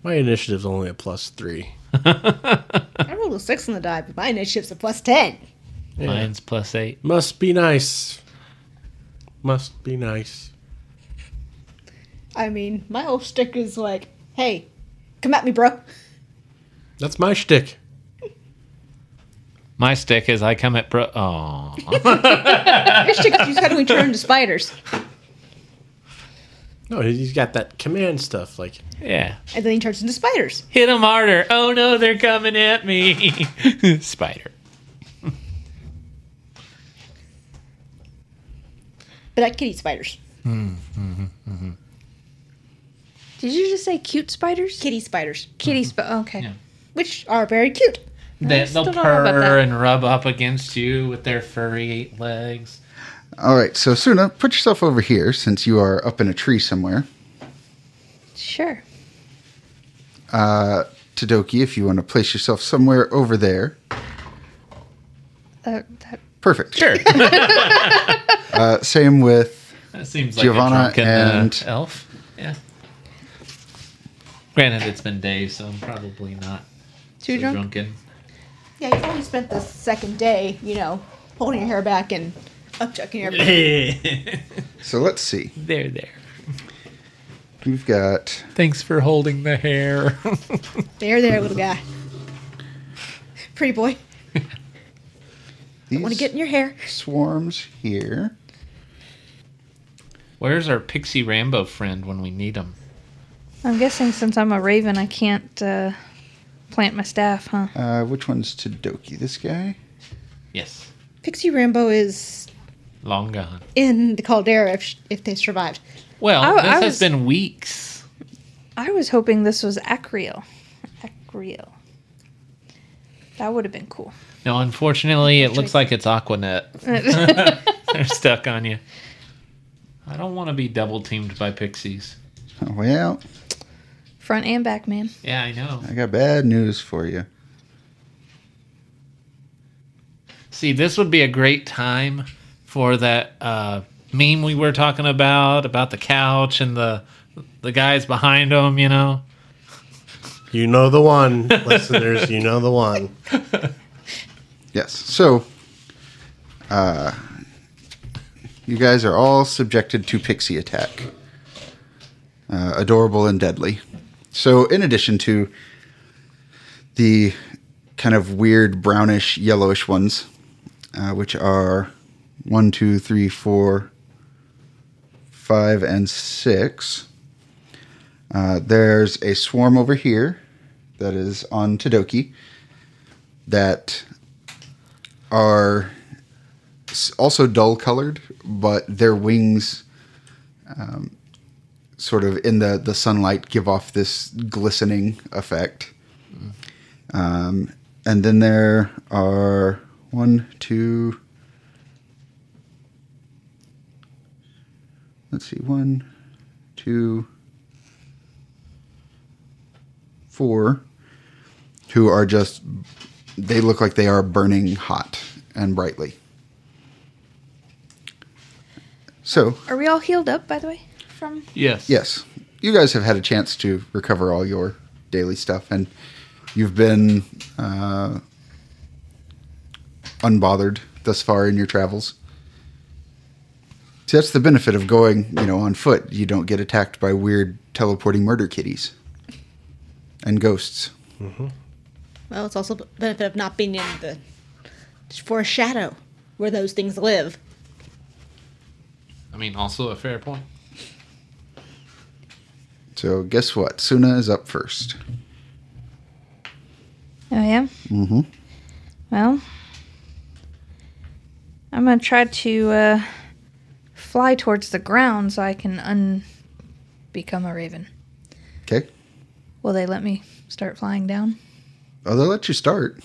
Speaker 2: My initiative's only a plus three.
Speaker 5: I rolled a six on the die, but my initiative's a plus ten.
Speaker 3: Mine's plus eight.
Speaker 2: Must be nice. Must be nice.
Speaker 5: I mean, my whole stick is like, hey, come at me, bro.
Speaker 2: That's my shtick.
Speaker 3: My stick is I come at bro. Oh,
Speaker 5: Your stick is you suddenly turn into spiders,
Speaker 2: No, he's got that command stuff. Like,
Speaker 3: yeah.
Speaker 5: and then he turns into spiders.
Speaker 3: Hit them harder. Oh no, they're coming at me. Spider.
Speaker 5: But I can eat spiders.
Speaker 4: Did you just say cute spiders?
Speaker 5: Kitty spiders,
Speaker 4: Kitty spiders. Okay.
Speaker 3: Yeah.
Speaker 5: which are very cute.
Speaker 3: They,
Speaker 4: still
Speaker 3: they'll
Speaker 4: don't know about
Speaker 3: purr
Speaker 4: that.
Speaker 3: and rub up against you with their furry legs.
Speaker 1: All right, so Suna, put yourself over here since you are up in a tree somewhere.
Speaker 4: Sure.
Speaker 1: Uh, Tadoki, if you want to place yourself somewhere over there.
Speaker 4: Uh, that,
Speaker 1: Perfect.
Speaker 3: Sure.
Speaker 1: Uh, same with
Speaker 3: That seems like
Speaker 1: Giovanna
Speaker 3: a drunken
Speaker 1: and-
Speaker 3: uh, elf. Yeah. Granted, it's been days, so I'm probably not
Speaker 4: too
Speaker 3: so
Speaker 4: drunk?
Speaker 3: drunken.
Speaker 5: Yeah, you've only spent the second day, you know, holding your hair back and upchucking your.
Speaker 1: so let's see.
Speaker 3: there, there.
Speaker 1: We've got
Speaker 3: Thanks for holding the hair.
Speaker 5: there, there, little guy. Pretty boy,
Speaker 1: these
Speaker 5: want to get in your hair?
Speaker 1: swarms here.
Speaker 3: Where's our pixie Rambo friend when we need him?
Speaker 4: I'm guessing since I'm a raven, I can't uh, plant my staff, huh?
Speaker 1: Uh, which one's Tadoki? This guy?
Speaker 3: Yes.
Speaker 5: Pixie Rambo is
Speaker 3: Long gone.
Speaker 5: in the caldera if, sh- if they survived.
Speaker 3: Well,
Speaker 4: I-
Speaker 3: this
Speaker 4: I
Speaker 3: has
Speaker 4: was-
Speaker 3: been weeks.
Speaker 4: I was hoping this was Acreal. Acreal. That would have been cool.
Speaker 3: No, unfortunately, it looks like it's Aquanet. They're stuck on you. I don't want to be double teamed by pixies.
Speaker 1: Oh, well,
Speaker 4: Front and back, man.
Speaker 3: Yeah, I know.
Speaker 1: I got bad news for you.
Speaker 3: See, this would be a great time for that uh, meme we were talking about about the couch and the the guys behind them. You know,
Speaker 2: you know the one, listeners. You know the one.
Speaker 1: Yes. So, uh, you guys are all subjected to pixie attack. Uh, adorable and deadly. So, in addition to the kind of weird brownish, yellowish ones, uh, which are one, two, three, four, five, and six, uh, there's a swarm over here that is on Tadoki that are s- also dull colored, but their wings, um, sort of in the, the sunlight, give off this glistening effect. Um, and then there are one, two. Let's see, one, two, four, who are just they look like they are burning hot and brightly. So,
Speaker 4: Are we all healed up, by the way? From
Speaker 3: yes,
Speaker 1: yes, you guys have had a chance to recover all your daily stuff, and you've been uh, unbothered thus far in your travels. See, that's the benefit of going, you know, on foot. You don't get attacked by weird teleporting murder kitties and ghosts.
Speaker 5: Well, it's also the benefit of not being in the foreshadow where those things live.
Speaker 3: I mean, also a fair point.
Speaker 1: So, guess what? Suna is up first.
Speaker 4: Oh yeah.
Speaker 1: Mm-hmm.
Speaker 4: Well, I'm gonna try to uh, fly towards the ground so I can un become a raven.
Speaker 1: Okay.
Speaker 4: Will they let me start flying down?
Speaker 1: Oh, they'll let you start.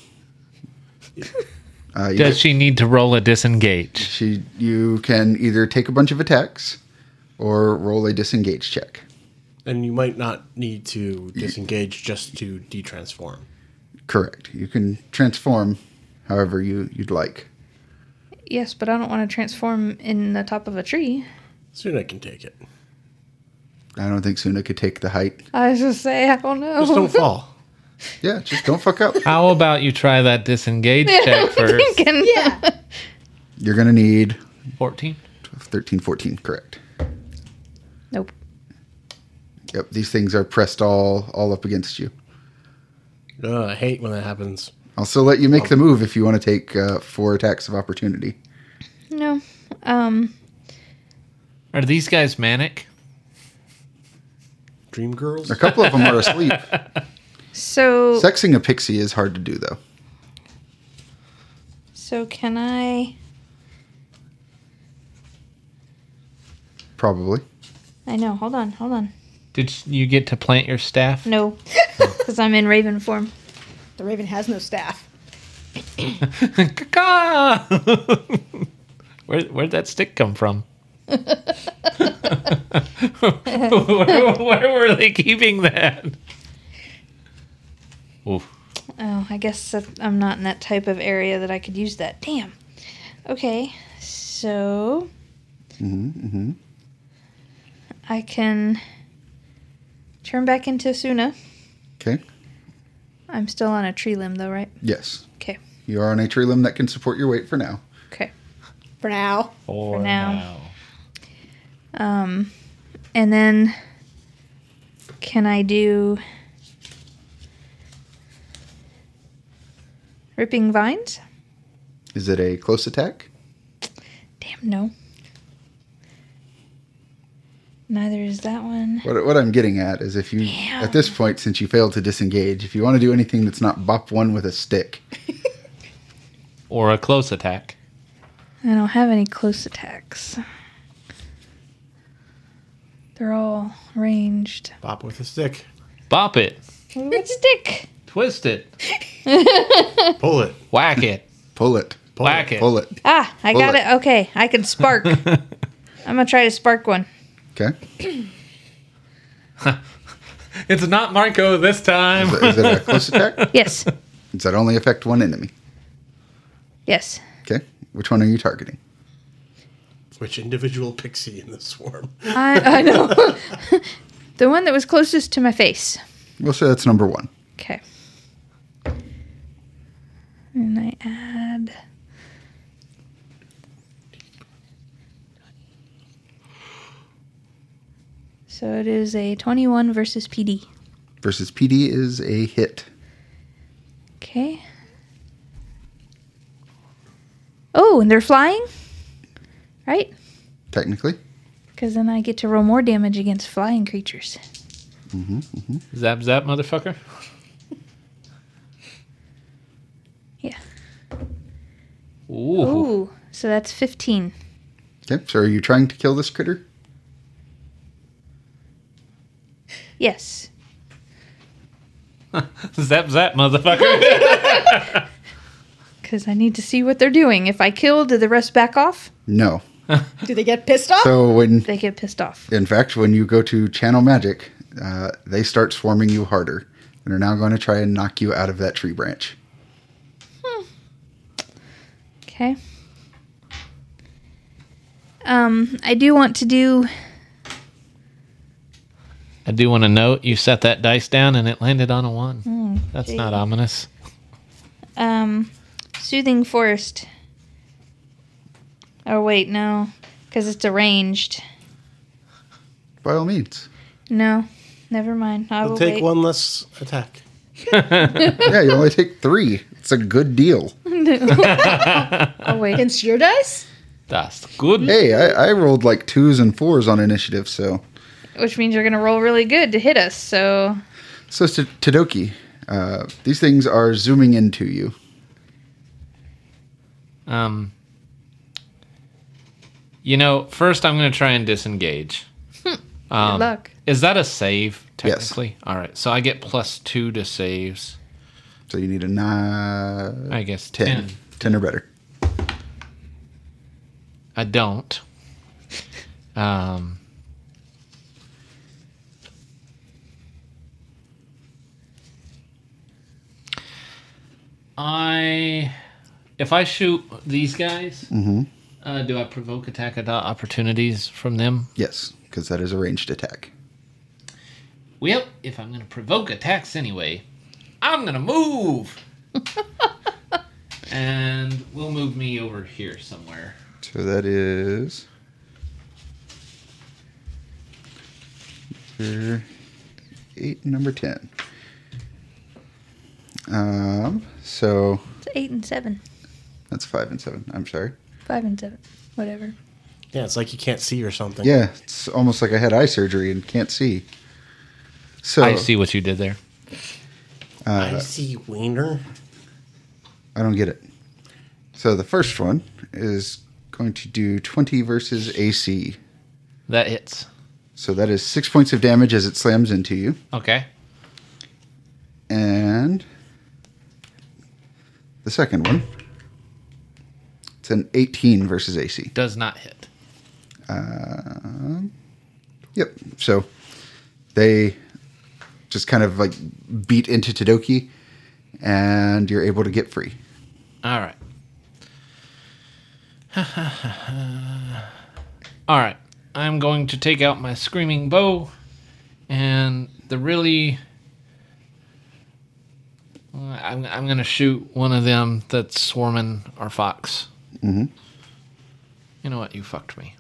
Speaker 1: Uh, you
Speaker 3: Does
Speaker 1: get-
Speaker 3: she need to roll a disengage?
Speaker 1: she? You can either take a bunch of attacks or roll a disengage check.
Speaker 2: And you might not need to disengage just to detransform.
Speaker 1: Correct. You can transform however you you'd like.
Speaker 4: Yes, but I don't want to transform in the top of a tree.
Speaker 2: Soon I can take it.
Speaker 1: I don't think Suna could take the height.
Speaker 4: I was just say, I don't know.
Speaker 2: Just don't fall.
Speaker 1: Yeah, just don't fuck up.
Speaker 3: How about you try that disengage check first?
Speaker 4: Thinking.
Speaker 5: Yeah.
Speaker 1: You're going to need
Speaker 3: 14.
Speaker 1: 13, 14, correct.
Speaker 4: Nope.
Speaker 1: Yep, these things are pressed all all up against you.
Speaker 2: Ugh, I hate when that happens.
Speaker 1: I'll still let you make the move if you want to take uh, four attacks of opportunity.
Speaker 4: No. Um.
Speaker 3: Are these guys manic?
Speaker 2: Dream girls.
Speaker 1: A couple of them are asleep.
Speaker 4: So
Speaker 1: Sexing a pixie is hard to do, though.
Speaker 4: so can I?
Speaker 1: Probably.
Speaker 4: I know. Hold on. Hold on.
Speaker 3: Did you get to plant your staff?
Speaker 4: No, because I'm in raven form.
Speaker 5: The raven has no staff.
Speaker 3: Caw-caw! Where, where'd that stick come from? where, where were they keeping that? Oof.
Speaker 4: Oh, I guess that I'm not in that type of area that I could use that. Damn. Okay, so
Speaker 1: Mm-hmm.
Speaker 4: I can turn back into Suna.
Speaker 1: Okay.
Speaker 4: I'm still on a tree limb though, right?
Speaker 1: Yes.
Speaker 4: Okay.
Speaker 1: You are on a tree limb that can support your weight for now.
Speaker 4: Okay.
Speaker 5: For now.
Speaker 3: For
Speaker 4: now. Um, and then can I do ripping vines?
Speaker 1: Is it a close attack?
Speaker 4: Damn, no. Neither is that one.
Speaker 1: What, what I'm getting at is if you,
Speaker 4: Damn.
Speaker 1: at this point, since you failed to disengage, if you want to do anything that's not bop one with a stick,
Speaker 3: Or a close attack.
Speaker 4: I don't have any close attacks. They're all ranged.
Speaker 2: Bop with a stick.
Speaker 3: Bop it.
Speaker 4: What stick?
Speaker 3: Twist it.
Speaker 2: Pull it.
Speaker 3: Whack it.
Speaker 1: pull it.
Speaker 2: Pull
Speaker 3: Whack it.
Speaker 1: Pull it.
Speaker 4: Ah, I
Speaker 1: Bullet.
Speaker 4: got it. Okay, I can spark. I'm gonna try to spark one.
Speaker 1: Okay.
Speaker 3: It's not Marco this time.
Speaker 1: Is it- is it a close attack?
Speaker 4: Yes,
Speaker 1: Does that only affect one enemy?
Speaker 4: yes.
Speaker 1: Okay. Which one are you targeting?
Speaker 2: Which individual pixie in the swarm?
Speaker 4: I, I know. the one that was closest to my face.
Speaker 1: We'll say that's number one.
Speaker 4: Okay. And I add. So it is a 21 versus PD.
Speaker 1: Versus PD is a hit.
Speaker 4: Okay. Oh, and they're flying? Right?
Speaker 1: Technically,
Speaker 4: Because then I get to roll more damage against flying creatures.
Speaker 3: Zap zap, motherfucker.
Speaker 4: Yeah.
Speaker 3: Ooh.
Speaker 4: Ooh, so that's 15.
Speaker 1: okay. So, are you trying to kill this critter?
Speaker 4: Yes.
Speaker 3: Zap zap, motherfucker.
Speaker 4: Because I need to see what they're doing. If I kill, do the rest back off?
Speaker 1: No.
Speaker 5: Do they get pissed off?
Speaker 1: So, when
Speaker 4: They get pissed off.
Speaker 1: in fact, when you go to channel magic, uh, they start swarming you harder and are now going to try and knock you out of that tree branch.
Speaker 4: Okay. Um, I do want to do.
Speaker 3: I do want to note you set that dice down and it landed on a one. That's
Speaker 4: Mm, gee.
Speaker 3: not ominous.
Speaker 4: Um, Soothing Forest. Oh, wait, no. Because it's arranged.
Speaker 1: By all means.
Speaker 4: No. Never mind. I
Speaker 2: I'll
Speaker 4: will
Speaker 2: take
Speaker 4: wait.
Speaker 2: one less attack.
Speaker 1: yeah, you only take three. It's a good deal.
Speaker 4: I'll wait.
Speaker 5: Against your dice?
Speaker 3: That's good.
Speaker 1: Hey, I, I rolled like twos and fours on initiative, so.
Speaker 4: Which means you're going to roll really good to hit us, so.
Speaker 1: So, St- Tadoki, uh, these things are zooming into you.
Speaker 3: Um, you know, first I'm going to try and disengage.
Speaker 4: Good luck.
Speaker 3: Is that a save
Speaker 1: Yes.
Speaker 3: technically? All right, so I get plus two to saves.
Speaker 1: So, you need a nine,
Speaker 3: I guess
Speaker 1: ten,
Speaker 3: ten.
Speaker 1: ten or better.
Speaker 3: I don't. Um, I, if I shoot these guys, uh, do I provoke attack of opportunities from them?
Speaker 1: Yes, because that is a ranged attack.
Speaker 3: Well, if I'm going to provoke attacks anyway, I'm going to move. and we'll move me over here somewhere.
Speaker 1: So that is. Number eight, number 10. Um, so
Speaker 4: It's eight and seven.
Speaker 1: that's five and seven. I'm sorry.
Speaker 4: Five and seven. Whatever.
Speaker 2: Yeah, it's like you can't see or something.
Speaker 1: Yeah, it's almost like I had eye surgery and can't see. So
Speaker 3: I see what you did there.
Speaker 2: I see wiener.
Speaker 1: I don't get it. So the first one is going to do 20 versus AC.
Speaker 3: That hits.
Speaker 1: So that is six points of damage as it slams into you.
Speaker 3: Okay.
Speaker 1: And the second one. It's an 18 versus AC.
Speaker 3: Does not hit.
Speaker 1: Yep. So they just kind of like beat into Tadoki and you're able to get free.
Speaker 3: All right. All right. I'm going to take out my screaming bow and the really. I'm, I'm going to shoot one of them that's swarming our fox. Mm-hmm. You know what? You fucked me.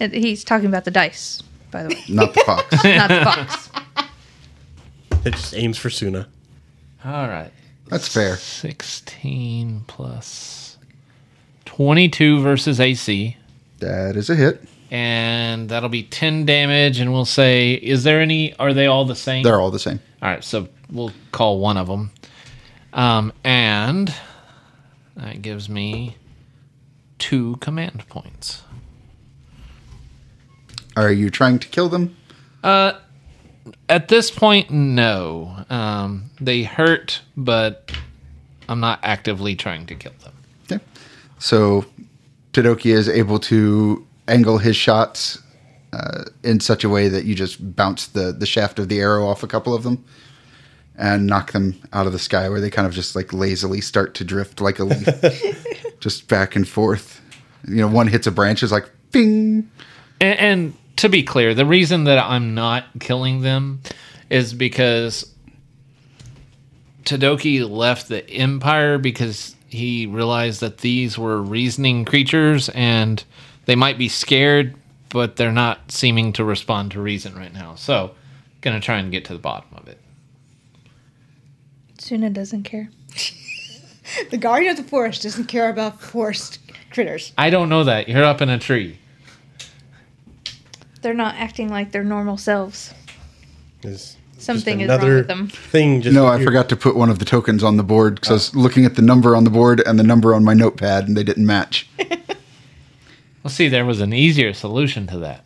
Speaker 4: And he's talking about the dice, by the way,
Speaker 1: Not the fox.
Speaker 4: not the fox.
Speaker 2: It just aims for Suna.
Speaker 3: All right.
Speaker 1: That's fair.
Speaker 3: 16 plus 22 versus AC.
Speaker 1: That is a hit.
Speaker 3: and that'll be 10 damage and we'll say is there any are they all the same
Speaker 1: They're all the same.
Speaker 3: all right so we'll call one of them um, and that gives me two command points
Speaker 1: Are you trying to kill them?
Speaker 3: at this point no um, they hurt but i'm not actively trying to kill them
Speaker 1: Okay. So Tadoki is able to angle his shots uh, in such a way that you just bounce the, the shaft of the arrow off a couple of them and knock them out of the sky where they kind of just like lazily start to drift like a leaf just back and forth. You know, one hits a branch, it's like bing.
Speaker 3: And, and to be clear, the reason that I'm not killing them is because Tadoki left the Empire because he realized that these were reasoning creatures and they might be scared, but they're not seeming to respond to reason right now. So, gonna try and get to the bottom of it.
Speaker 4: Suna doesn't care.
Speaker 5: The guardian of the forest doesn't care about forest critters.
Speaker 3: I don't know that. You're up in a tree.
Speaker 4: They're not acting like their normal selves.
Speaker 2: Is
Speaker 4: Something is
Speaker 2: just
Speaker 4: wrong
Speaker 2: another
Speaker 4: with them.
Speaker 2: Thing just
Speaker 1: No, I
Speaker 2: appeared.
Speaker 1: forgot to put one of the tokens on the board because I was looking at the number on the board and the number on my notepad and they didn't match.
Speaker 3: Well, see, there was an easier solution to that.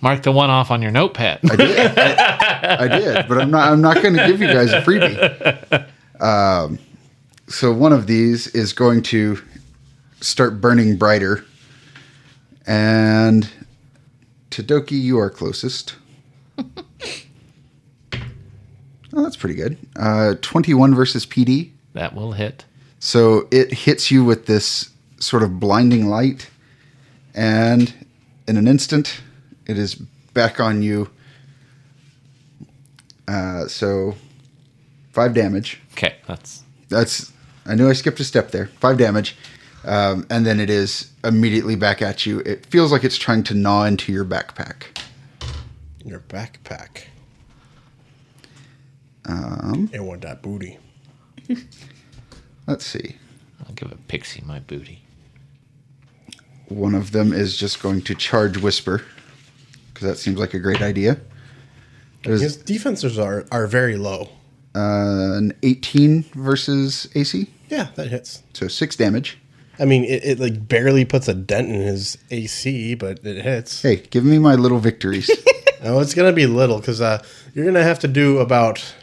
Speaker 3: Mark the one off on your notepad.
Speaker 1: I did. I, I did, but I'm not. I'm not going to give you guys a freebie. Um, so one of these is going to start burning brighter, and Tadoki, you are closest. oh, that's pretty good. Uh, Twenty-one versus PD.
Speaker 3: that will hit.
Speaker 1: So it hits you with this sort of blinding light, and in an instant, it is back on you. Uh, so five damage.
Speaker 3: Okay, that's
Speaker 1: That's I knew I skipped a step there. Five damage, um, and then it is immediately back at you. It feels like it's trying to gnaw into your backpack.
Speaker 2: your backpack. Um, and want that booty.
Speaker 1: Let's see.
Speaker 3: I'll give a pixie my booty.
Speaker 1: One of them is just going to charge whisper because that seems like a great idea. There's-
Speaker 2: His defenses are are very low.
Speaker 1: uh, an 18 versus AC,
Speaker 2: Yeah, that hits.
Speaker 1: so six damage.
Speaker 2: I mean, it, it like barely puts a dent in his AC, but it hits.
Speaker 1: Hey, give me my little victories.
Speaker 2: Oh, it's gonna be little because uh, you're gonna have to do about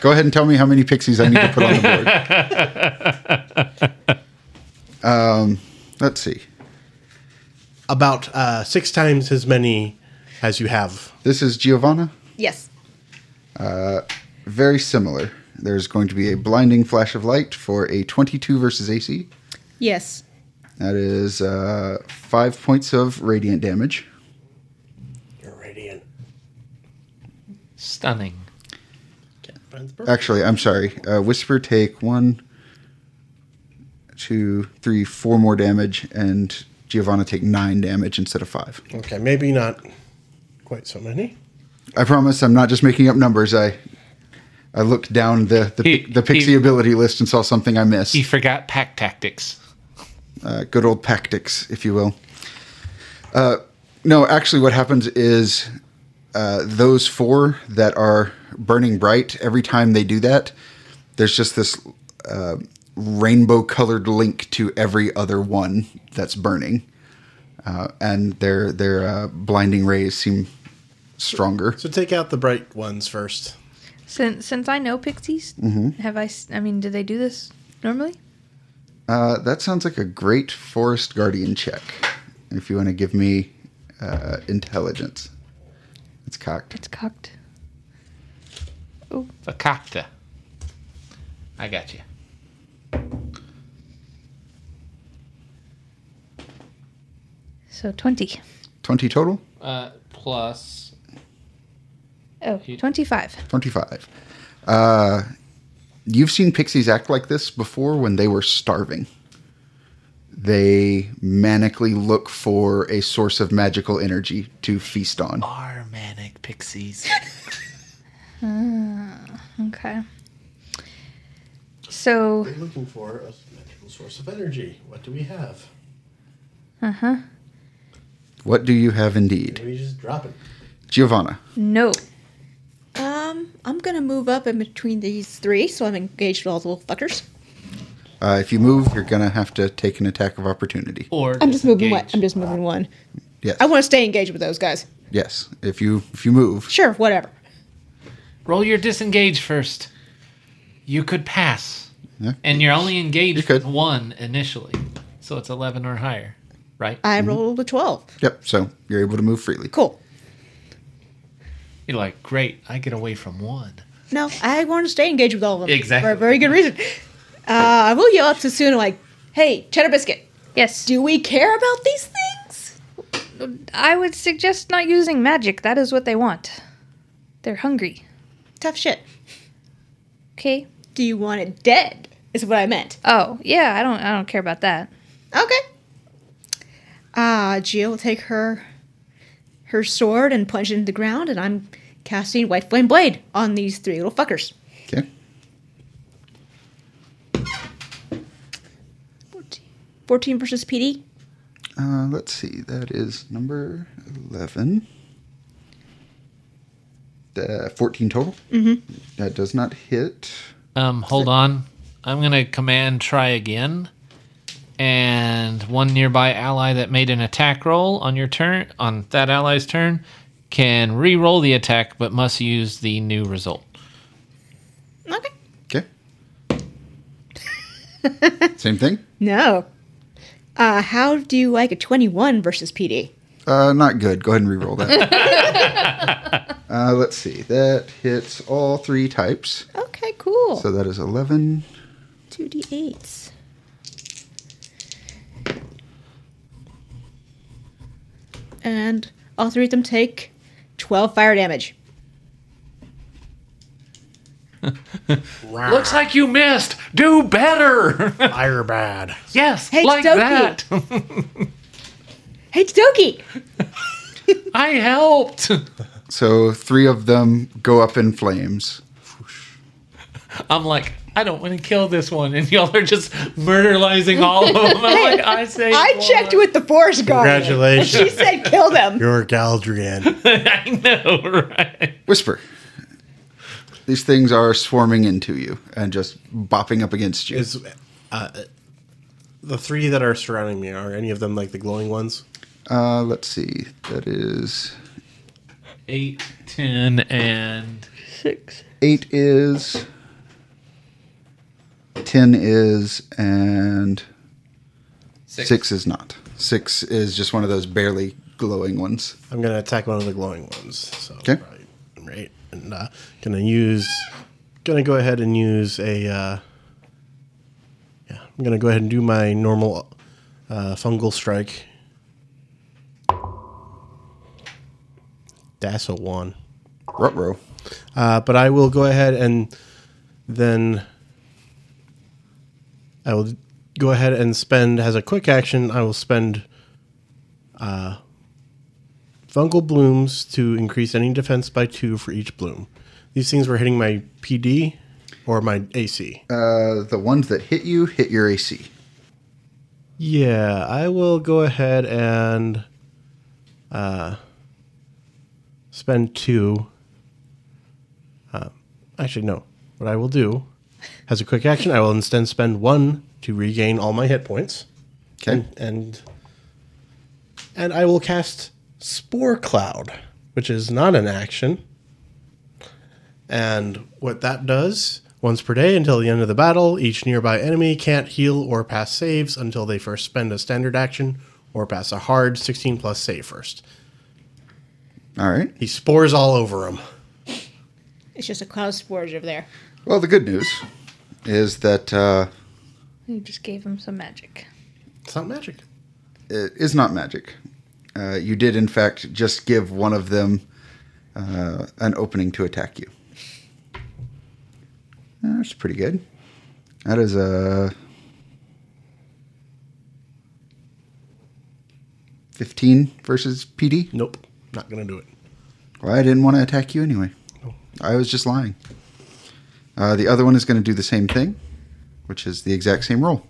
Speaker 1: Go ahead and tell me how many pixies I need to put on the board. um, Um, let's see.
Speaker 2: about uh, six times as many as you have.
Speaker 1: This is Giovanna.
Speaker 5: Yes.
Speaker 1: Very similar. There's going to be a blinding flash of light for a 22 versus AC.
Speaker 5: Yes.
Speaker 1: That is uh, five points of radiant damage.
Speaker 2: Meridian.
Speaker 3: Stunning.
Speaker 2: Can't find the bird.
Speaker 1: Actually, I'm sorry. Uh, whisper take one, two, three, four more damage, and Giovanna take nine damage instead of five.
Speaker 2: Okay, maybe not quite so many.
Speaker 1: I promise I'm not just making up numbers. I I looked down the the,
Speaker 3: He-
Speaker 1: pic- the pixie
Speaker 3: he-
Speaker 1: ability list and saw something I missed.
Speaker 3: He forgot pack tactics.
Speaker 1: uh, good old tactics, if you will. Uh, no, actually, what happens is uh, those four that are burning bright, every time they do that, there's just this uh, rainbow colored link to every other one that's burning. Uh, and their their uh, blinding rays seem stronger.
Speaker 2: So take out the bright ones first.
Speaker 4: Since since I know pixies,
Speaker 2: Mm-hmm.
Speaker 4: have I? s- I mean, do they do this normally?
Speaker 1: Uh, that sounds like a great forest guardian check. If you want to give me uh, intelligence, it's cocked.
Speaker 4: It's cocked.
Speaker 3: The copter. I got you.
Speaker 4: So twenty.
Speaker 1: 20 total?
Speaker 3: Uh, plus
Speaker 4: Oh, 25.
Speaker 1: 25. Uh, you've seen pixies act like this before when they were starving. They manically look for a source of magical energy to feast on.
Speaker 3: our manic pixies.
Speaker 4: Okay. So
Speaker 2: We're looking for a magical source of energy. What do we have?
Speaker 1: What do you have indeed?
Speaker 2: Maybe just drop it.
Speaker 1: Giovanna,
Speaker 4: no.
Speaker 5: Um, I'm gonna move up in between these three, so I'm engaged with all the little fuckers.
Speaker 1: uh, if you move, you're going to have to take an attack of opportunity.
Speaker 3: Or
Speaker 5: I'm just moving one.
Speaker 3: disengage.
Speaker 5: I'm just moving one.
Speaker 1: Yes.
Speaker 5: I want to stay engaged with those guys.
Speaker 1: yes. If you if you move,
Speaker 5: Sure, whatever.
Speaker 3: Roll your disengage first. You could pass.
Speaker 1: Yeah.
Speaker 3: And you're only
Speaker 1: You
Speaker 3: engaged
Speaker 1: could.
Speaker 3: with one initially. So it's 11 or higher, right?
Speaker 5: I rolled a twelve.
Speaker 1: yep, so you're able to move freely.
Speaker 5: Cool.
Speaker 3: You're like, great, I get away from one.
Speaker 5: No, I want to stay engaged with all of them
Speaker 3: Exactly.
Speaker 5: for a very good reason. Uh, I will yell out to Suna like, "Hey, Cheddar Biscuit,
Speaker 4: Yes.
Speaker 5: do we care about these things?"
Speaker 4: I would suggest not using magic. That is what they want. They're hungry.
Speaker 5: Tough shit.
Speaker 4: Okay.
Speaker 5: Do you want it dead? Is what I meant.
Speaker 4: Oh, yeah, I don't I don't care about that.
Speaker 5: Okay. Uh, Gia will take her her sword and plunge it into the ground, and I'm casting White Flame Blade on these three little fuckers.
Speaker 1: Okay.
Speaker 5: 14 versus PD.
Speaker 1: Uh, let's see. That is number 11. Uh, 14 total. Mm-hmm. That does not hit.
Speaker 3: Um, hold on. I'm going to command try again. And one nearby ally that made an attack roll on your turn, on that ally's turn, can re roll the attack but must use the new result.
Speaker 5: Okay.
Speaker 1: Okay. Same thing.
Speaker 5: No. Uh, how do you like a 21 versus PD?
Speaker 1: Uh, not good. Go ahead and re-roll that. uh, let's see. That hits all three types.
Speaker 5: Okay, cool.
Speaker 1: So that is 11.
Speaker 5: 2d8s. And all three of them take 12 fire damage.
Speaker 2: Rawr,
Speaker 3: like you missed. Do better.
Speaker 2: fire bad.
Speaker 3: yes,
Speaker 5: Hey,
Speaker 3: like that.
Speaker 5: Stokey. Hey, Doki!
Speaker 3: I helped.
Speaker 1: So three of them go up in flames.
Speaker 3: I'm like, I don't want to kill this one, and y'all are just murderizing all of them. I'm like, I say,
Speaker 5: I checked with the Forest Guard. She
Speaker 2: Congratulations.
Speaker 5: said kill them.
Speaker 2: You're Galdrian.
Speaker 3: I know, right?
Speaker 1: Whisper. These things are swarming into you and just bopping up against you.
Speaker 2: Is uh, the three that are surrounding me are any of them like the glowing ones?
Speaker 1: Uh, let's see. That is
Speaker 3: Eight, ten, and
Speaker 1: eight is ten is and six. is not. Six is just one of those barely glowing ones.
Speaker 2: I'm gonna attack one of the glowing ones. So
Speaker 1: 'Kay.
Speaker 2: probably number eight, and uh, gonna use, gonna go ahead and use a. Uh, yeah, I'm gonna go ahead and do my normal uh, fungal strike. That's a one.
Speaker 1: Rutro.
Speaker 2: Uh, but I will go ahead and then I will go ahead and spend as a quick action. I will spend uh, fungal blooms to increase any defense by two for each bloom. These things were hitting my PD or my AC.
Speaker 1: Uh, the ones that hit you hit your AC.
Speaker 2: Yeah, I will go ahead and uh, spend two. Uh, actually, no. What I will do, as a quick action, I will instead spend one to regain all my hit points,
Speaker 1: Okay.
Speaker 2: and and I will cast Spore Cloud, which is not an action. And what that does, once per day until the end of the battle, each nearby enemy can't heal or pass saves until they first spend a standard action or pass a hard 16 plus save first.
Speaker 1: All right.
Speaker 2: He spores all over him.
Speaker 5: It's just a cloud sporge over there.
Speaker 1: Well, the good news is that uh,
Speaker 4: You just gave him some magic.
Speaker 2: It's not magic.
Speaker 1: it is not magic. Uh, you did, in fact, just give one of them uh, an opening to attack you. Uh, That's pretty good. That is uh, a 15 versus PD.
Speaker 2: Nope. Not going to do it.
Speaker 1: Well, I didn't want to attack you anyway. I was just lying. Uh, the other one is going to do the same thing, which is the exact same roll.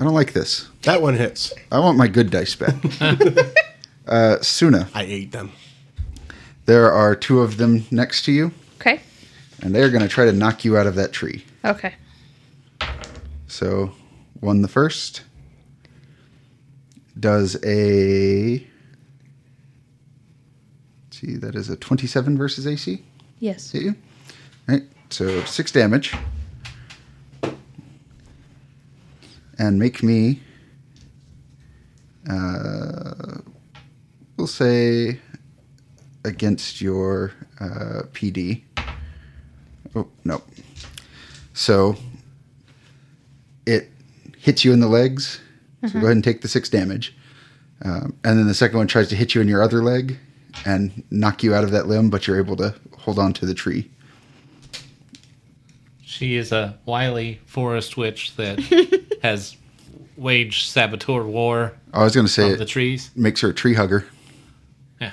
Speaker 1: I don't like this.
Speaker 2: That one hits.
Speaker 1: I want my good dice back. uh, Suna,
Speaker 2: I ate them.
Speaker 1: there are two of them next to you,
Speaker 4: Okay.
Speaker 1: and they're going to try to knock you out of that tree.
Speaker 4: Okay.
Speaker 1: So, one the first does a. See, that is a 27 versus AC.
Speaker 4: Yes.
Speaker 1: hit you. All right, so six damage. And make me, uh, we'll say, against your uh, PD. Oh, no. So it hits you in the legs. So go ahead and take the six damage. Um, and then the second one tries to hit you in your other leg and knock you out of that limb, but you're able to hold on to the tree.
Speaker 6: She is a wily forest witch that has waged saboteur war
Speaker 1: I was going to say
Speaker 6: on
Speaker 1: it
Speaker 6: the trees.
Speaker 1: makes her a tree hugger.
Speaker 6: Yeah.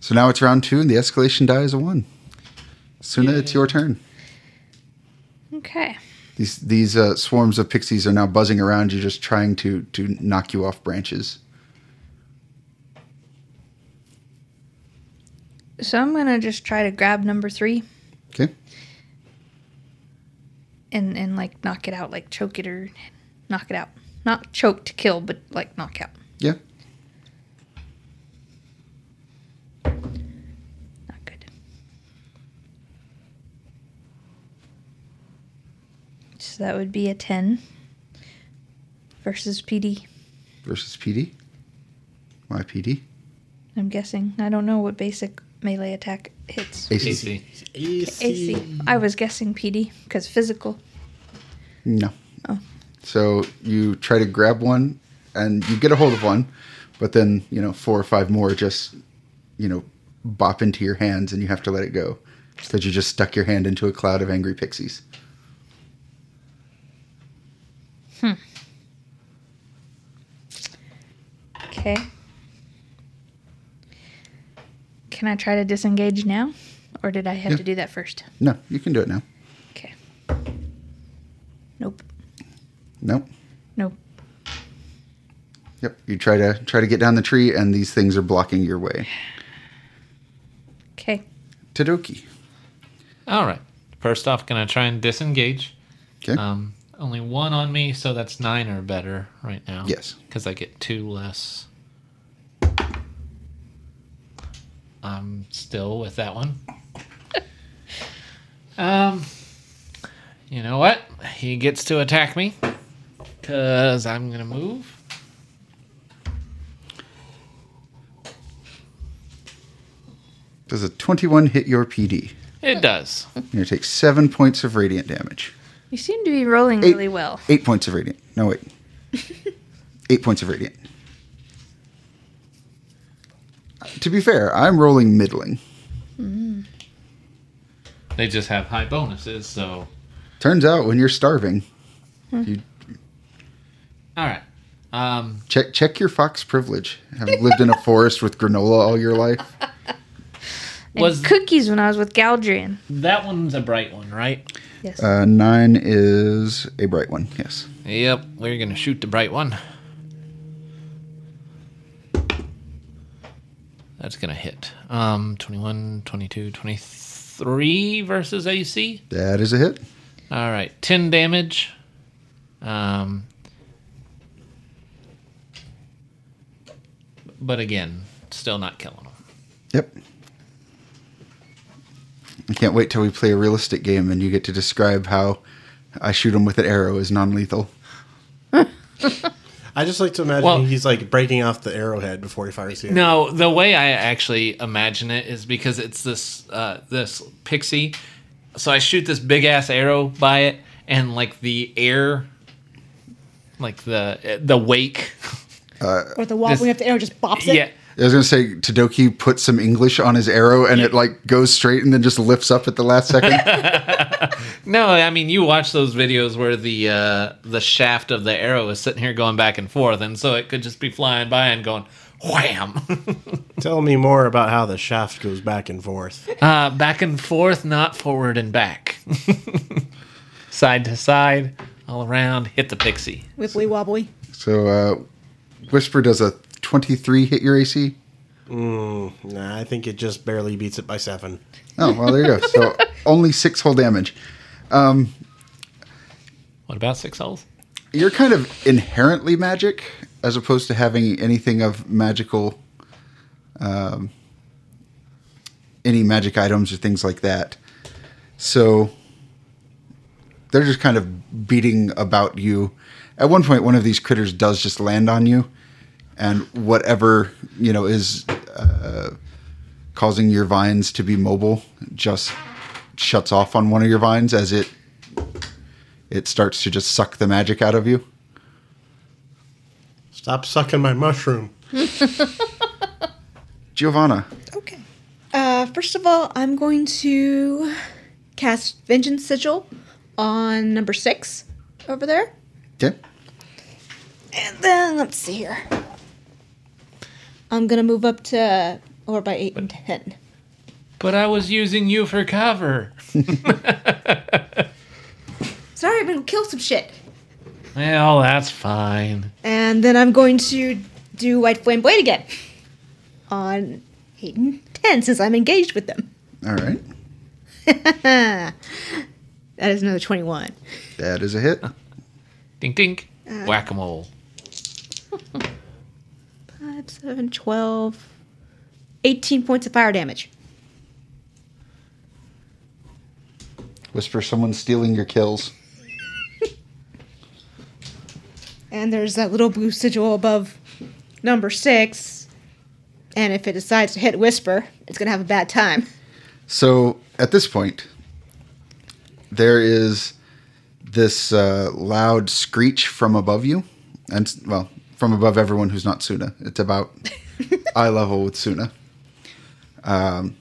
Speaker 1: So now it's round two, and the escalation die is a one. Suna, it's your turn.
Speaker 4: Okay.
Speaker 1: These these uh, swarms of pixies are now buzzing around you, just trying to to knock you off branches.
Speaker 4: So I'm gonna just try to grab number three
Speaker 1: Okay,
Speaker 4: and and like knock it out, like choke it or knock it out. Not choke to kill, but like knock out.
Speaker 1: yeah,
Speaker 4: Not good. So that would be a ten versus PD.
Speaker 1: versus PD. My PD
Speaker 4: I'm guessing. I don't know what basic melee attack hits.
Speaker 1: AC.
Speaker 6: Easy.
Speaker 4: AC. I was guessing PD because physical.
Speaker 1: No. So you try to grab one, and you get a hold of one, but then you know four or five more just you know bop into your hands, and you have to let it go because you just stuck your hand into a cloud of angry pixies.
Speaker 4: Okay. Can I try to disengage now? Or did I have
Speaker 1: Yeah.
Speaker 4: to do that first?
Speaker 1: No, you can do it now.
Speaker 4: Okay. Nope.
Speaker 1: Nope.
Speaker 4: Nope.
Speaker 1: Yep. You try to try to get down the tree, and these things are blocking your way.
Speaker 4: Okay.
Speaker 1: Tadoki.
Speaker 6: All right. First off, can I try and disengage?
Speaker 1: Okay.
Speaker 6: Um, only one on me, so that's nine or better right now.
Speaker 1: Yes.
Speaker 6: Because I get two less. I'm still with that one. um, you know what? He gets to attack me because I'm going to move.
Speaker 1: Does a twenty-one hit your PD?
Speaker 6: It does.
Speaker 1: You take seven points of radiant damage.
Speaker 4: You seem to be rolling
Speaker 1: Eight.
Speaker 4: really well.
Speaker 1: Eight points of radiant. No wait. Eight points of radiant. to be fair, I'm rolling middling.
Speaker 3: They just have high bonuses, so
Speaker 1: Turns out when you're starving, you
Speaker 3: all right. Um,
Speaker 1: check check your fox privilege. Having lived in a forest with granola all your life,
Speaker 4: And
Speaker 3: Was-
Speaker 4: cookies when I was with Galdrian.
Speaker 3: that one's a bright one, right?
Speaker 4: Yes.
Speaker 1: uh, nine is a bright one. Yes,
Speaker 3: Yep, we're gonna shoot the bright one. That's gonna hit. Um, 21, 22, 23 versus AC.
Speaker 1: that is a hit.
Speaker 3: All right, 10 damage. Um, but again, still not killing him.
Speaker 1: Yep. I can't wait till we play a realistic game and you get to describe how I shoot him with an arrow is non-lethal.
Speaker 2: I just like to imagine
Speaker 3: Well-
Speaker 2: he's like breaking off the arrowhead before he fires the arrow.
Speaker 3: No, the way I actually imagine it is because it's this uh, this pixie. So I shoot this big ass arrow by it, and like the air, like the the wake.
Speaker 5: Or the wobbling
Speaker 3: This-
Speaker 5: of the arrow just bops it.
Speaker 3: Yeah,
Speaker 1: I was gonna say Tadoki put some English on his arrow and it like goes straight and then just lifts up at the last second.
Speaker 3: No, I mean you watch those videos where the uh, the shaft of the arrow is sitting here going back and forth, and so it could just be flying by and going wham,
Speaker 2: Tell me more about how the shaft goes back and forth.
Speaker 3: uh, back and forth, not forward and back, side to side, all around, hit the pixie.
Speaker 5: Wibbly wobbly.
Speaker 1: so uh, Whisper does a twenty-three hit your AC.
Speaker 2: Nah, I think it just barely beats it by seven.
Speaker 1: Oh well, there you go. So only six whole damage.
Speaker 3: What about six holes?
Speaker 1: You're kind of inherently magic, as opposed to having anything of magical, um, any magic items or things like that. So they're just kind of beating about you. At one point, one of these critters does just land on you, and whatever you know is uh, causing your vines to be mobile just shuts off on one of your vines as it it starts to just suck the magic out of you.
Speaker 2: Stop sucking my mushroom.
Speaker 1: Giovanna,
Speaker 5: Okay. Uh, first of all, I'm going to cast Vengeance Sigil on number six over there.
Speaker 1: okay,
Speaker 5: And then let's see here. I'm gonna move up to or by eight and ten.
Speaker 3: But I was using you for cover.
Speaker 5: Sorry, I'm gonna kill some shit.
Speaker 3: Well, that's fine.
Speaker 5: And then I'm going to do White Flame Blade again on eight and ten since I'm engaged with them.
Speaker 1: all right,
Speaker 5: that is another twenty-one.
Speaker 1: that is a hit.
Speaker 3: Dink dink, whack a mole.
Speaker 5: Five, seven, 12, 18 points of fire damage.
Speaker 1: Whisper, someone's stealing your kills.
Speaker 5: And there's that little blue sigil above number six. And if it decides to hit Whisper, it's going to have a bad time.
Speaker 1: So at this point, there is this uh, loud screech from above you, and well, from above everyone who's not Suna. It's about eye level with Suna. Um,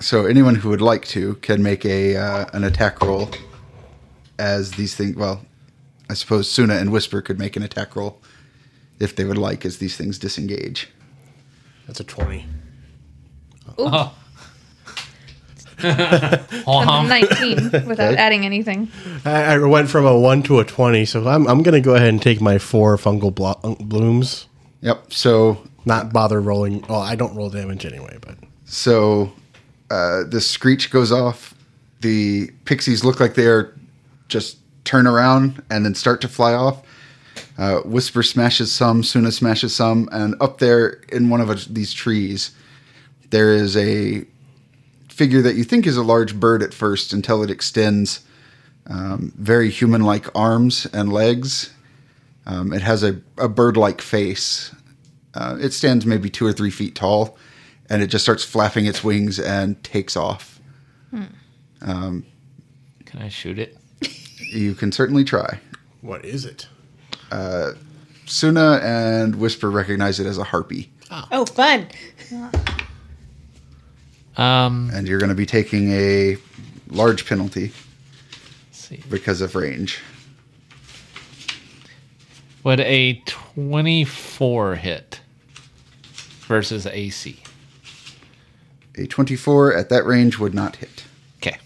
Speaker 1: so anyone who would like to can make a uh, an attack roll. As these things, well, I suppose Suna and Whisper could make an attack roll if they would like, as these things disengage.
Speaker 2: That's a 20.
Speaker 3: Oh.
Speaker 4: I'm
Speaker 3: Honk.
Speaker 4: 19 without
Speaker 1: Okay.
Speaker 4: adding anything.
Speaker 2: I, I went from a 1 to a 20, so I'm, I'm going to go ahead and take my four fungal blo- uh, blooms.
Speaker 1: Yep. So
Speaker 2: Not bother rolling. Well, I don't roll damage anyway, but.
Speaker 1: So uh, the screech goes off. The pixies look like they are just turn around and then start to fly off. Uh, Whisper smashes some, Suna smashes some, and up there in one of a- these trees, there is a figure that you think is a large bird at first until it extends um, very human like arms and legs. Um, it has a, a bird like face uh, it stands maybe two or three feet tall, and it just starts flapping its wings and takes off.
Speaker 3: Can I shoot it?
Speaker 1: You can certainly try.
Speaker 2: What is it?
Speaker 1: Suna and Whisper recognize it as a harpy.
Speaker 5: Oh, fun.
Speaker 3: Um,
Speaker 1: and you're going to be taking a large penalty
Speaker 3: let's see.
Speaker 1: because of range.
Speaker 3: Would a 24 hit versus AC?
Speaker 1: A 24 at that range would not hit.
Speaker 3: Okay.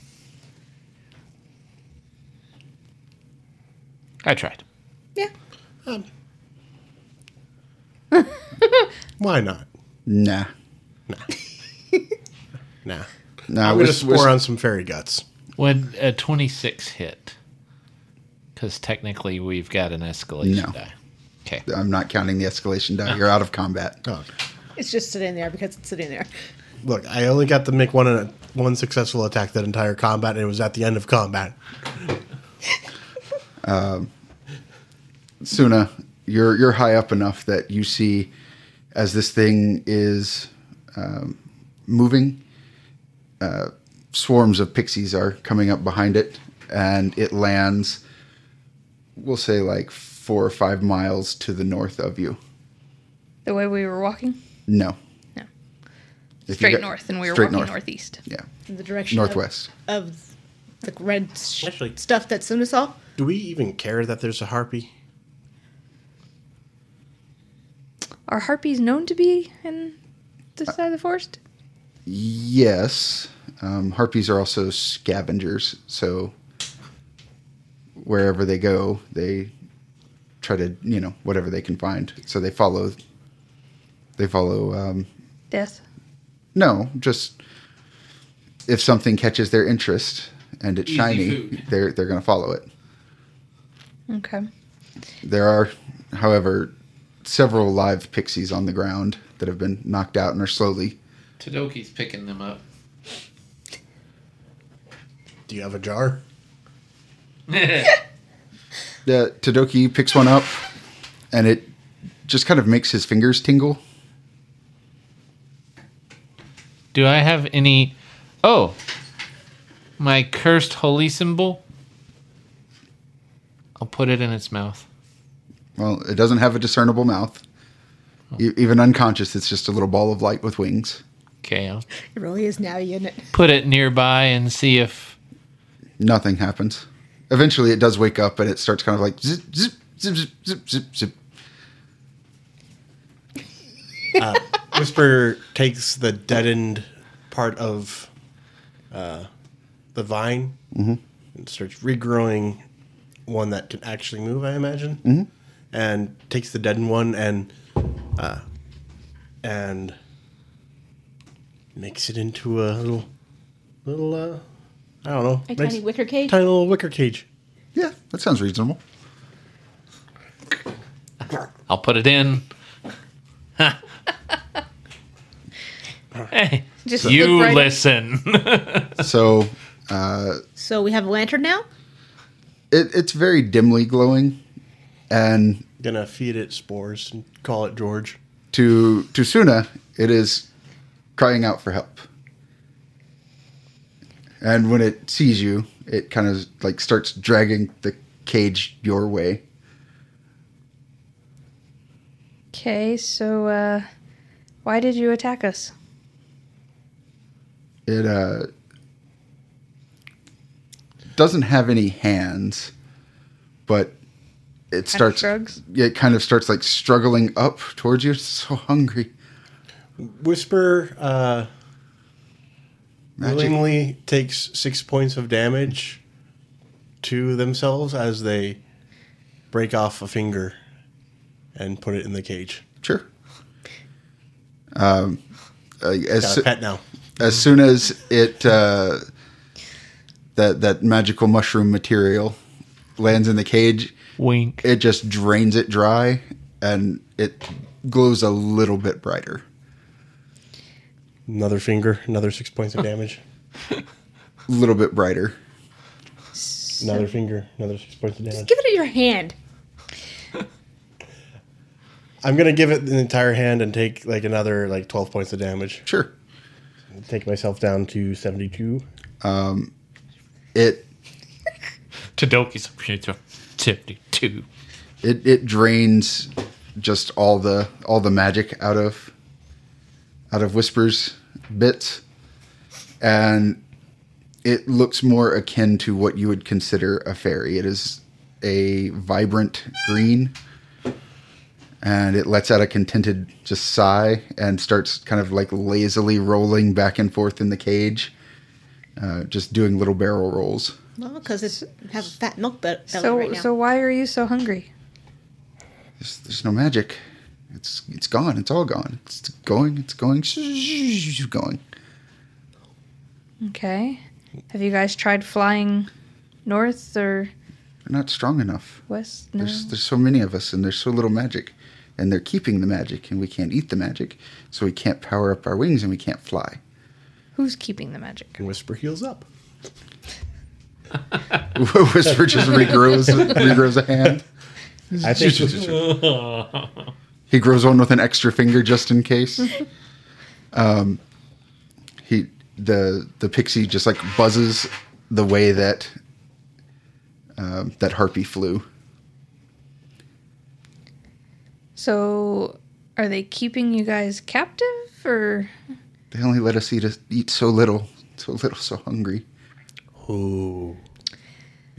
Speaker 3: I tried.
Speaker 5: Yeah.
Speaker 2: Um, why not?
Speaker 1: Nah.
Speaker 2: Nah.
Speaker 1: Nah,
Speaker 2: I'm
Speaker 1: we're
Speaker 2: going to
Speaker 1: s- we're s-
Speaker 2: score on some fairy guts.
Speaker 3: Would a 26 hit? Because technically we've got an escalation
Speaker 1: No.
Speaker 3: die. Okay.
Speaker 1: I'm not counting the escalation die. You're out of combat.
Speaker 2: Oh, okay.
Speaker 5: It's just sitting there because it's sitting there.
Speaker 2: Look, I only got to make one uh, one successful attack that entire combat, and it was at the end of combat.
Speaker 1: Suna, you're you're high up enough that you see as this thing is um, moving. Uh, swarms of pixies are coming up behind it, and it lands. We'll say like four or five miles to the north of you.
Speaker 4: The way we were walking,
Speaker 1: No.
Speaker 4: No.
Speaker 1: If you
Speaker 4: straight
Speaker 1: get-
Speaker 4: north, and we were
Speaker 1: straight
Speaker 4: walking
Speaker 1: north.
Speaker 4: northeast.
Speaker 1: Yeah,
Speaker 5: In the direction of-
Speaker 1: northwest.
Speaker 5: Of, the red sh-
Speaker 2: Actually-
Speaker 5: stuff that Suna saw.
Speaker 2: Do we even care that there's a harpy?
Speaker 4: Are harpies known to be in this side of the forest?
Speaker 1: Yes. Um, harpies are also scavengers, so wherever they go, they try to, you know, whatever they can find. So they follow. They follow. Um,
Speaker 4: Death.
Speaker 1: no, just if something catches their interest and it's
Speaker 6: Easy
Speaker 1: shiny,
Speaker 6: food.
Speaker 1: they're they're going to follow it.
Speaker 4: Okay.
Speaker 1: There are, however, several live pixies on the ground that have been knocked out and are slowly.
Speaker 6: Tadoki's picking them up.
Speaker 2: Do you have a jar?
Speaker 1: The Tadoki picks one up, and it just kind of makes his fingers tingle.
Speaker 3: Do I have any? Oh, my cursed holy symbol. I'll put it in its mouth.
Speaker 1: Well, it doesn't have a discernible mouth. E- even unconscious, it's just a little ball of light with wings.
Speaker 3: Okay, I'll
Speaker 5: It really is now, isn't it?
Speaker 3: put it nearby and see if.
Speaker 1: Nothing happens. Eventually, it does wake up and it starts kind of like zip, zip, zip, zip, zip, zip, zip.
Speaker 2: Whisper takes the deadened part of uh, the vine and starts regrowing one that can actually move, I imagine, and takes the deadened one and uh, and makes it into a little little uh, I don't know
Speaker 5: A
Speaker 2: makes-
Speaker 5: tiny wicker cage.
Speaker 2: tiny little wicker cage.
Speaker 1: Yeah, that sounds reasonable.
Speaker 3: I'll put it in. hey,
Speaker 4: Just
Speaker 3: you
Speaker 4: look right-
Speaker 3: listen.
Speaker 1: So
Speaker 5: So we have a lantern now.
Speaker 1: it, it's very dimly glowing, and
Speaker 2: Gonna feed it spores and call it George.
Speaker 1: to to Suna, it is crying out for help. And when it sees you, it kind of like starts dragging the cage your way.
Speaker 4: Okay, so uh, why did you attack us?
Speaker 1: It uh, doesn't have any hands, but it starts.
Speaker 4: shrugs?
Speaker 1: It kind of starts like struggling up towards you. It's so hungry.
Speaker 2: Whisper uh,
Speaker 1: Magic.
Speaker 2: willingly takes six points of damage to themselves as they break off a finger and put it in the cage.
Speaker 1: Sure. Um, uh, as
Speaker 2: Got a pet now.
Speaker 1: as soon as it uh, that that magical mushroom material lands in the cage,
Speaker 3: Wink.
Speaker 1: it just drains it dry, and it glows a little bit brighter.
Speaker 2: Another finger, another six points of damage.
Speaker 1: A little bit brighter.
Speaker 2: another finger, another six points of damage.
Speaker 5: Give it your hand.
Speaker 2: I'm gonna give it the entire hand and take like another like twelve points of damage.
Speaker 1: Sure.
Speaker 2: Take myself down to seventy-two.
Speaker 1: It
Speaker 3: Tadoki's 52.
Speaker 1: it it drains just all the all the magic out of out of Whisper's bits, and it looks more akin to what you would consider a fairy. It is a vibrant green, and it lets out a contented just sigh and starts kind of like lazily rolling back and forth in the cage, uh, just doing little barrel rolls.
Speaker 5: Well, because it's have a fat milk be- belly
Speaker 4: So
Speaker 5: right now.
Speaker 4: so why are you so hungry?
Speaker 1: There's, there's no magic. It's it's gone. It's all gone. It's going. It's going. Going.
Speaker 5: Hmm.
Speaker 4: Okay. Have you guys tried flying north or
Speaker 1: They're not strong enough.
Speaker 4: west? No.
Speaker 1: There's there's so many of us, and there's so little magic, and they're keeping the magic, and we can't eat the magic, so we can't power up our wings, and we can't fly.
Speaker 4: Who's keeping the magic?
Speaker 2: And Whisper heals up.
Speaker 1: Whisper just regrows regrows a hand.
Speaker 2: I think
Speaker 1: He grows one with an extra finger just in case. um, he the the pixie just like buzzes the way that um, that harpy flew.
Speaker 4: So are they keeping you guys captive or
Speaker 1: They only let us eat a, eat so little, so little, so hungry.
Speaker 2: Ooh.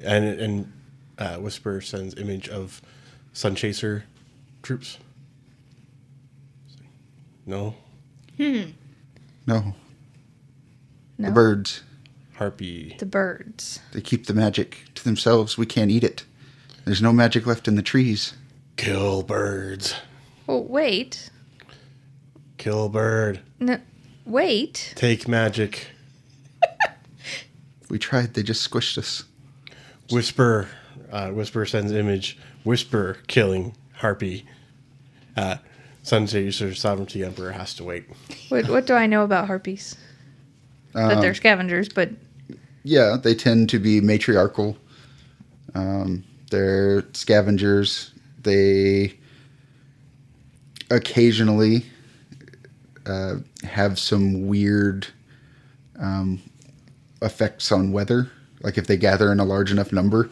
Speaker 2: And and uh, Whisper sends image of Sun Chaser troops. No,
Speaker 1: No,
Speaker 4: no?
Speaker 1: the birds
Speaker 2: Harpy.
Speaker 4: The birds.
Speaker 1: they keep the magic to themselves. We can't eat it. There's no magic left in the trees.
Speaker 2: Kill birds.
Speaker 4: Well, wait.
Speaker 2: Kill bird.
Speaker 4: No, wait.
Speaker 2: Take magic.
Speaker 1: We tried. They just squished us.
Speaker 2: Whisper. Uh, Whisper sends image. Whisper killing Harpy. Uh, Sun Chaser Sovereignty Emperor has to wait.
Speaker 4: What, what do I know about harpies? that
Speaker 1: Um,
Speaker 4: they're scavengers, but
Speaker 1: Yeah, they tend to be matriarchal. Um, they're scavengers. They occasionally uh, have some weird um, effects on weather. Like if they gather in a large enough number,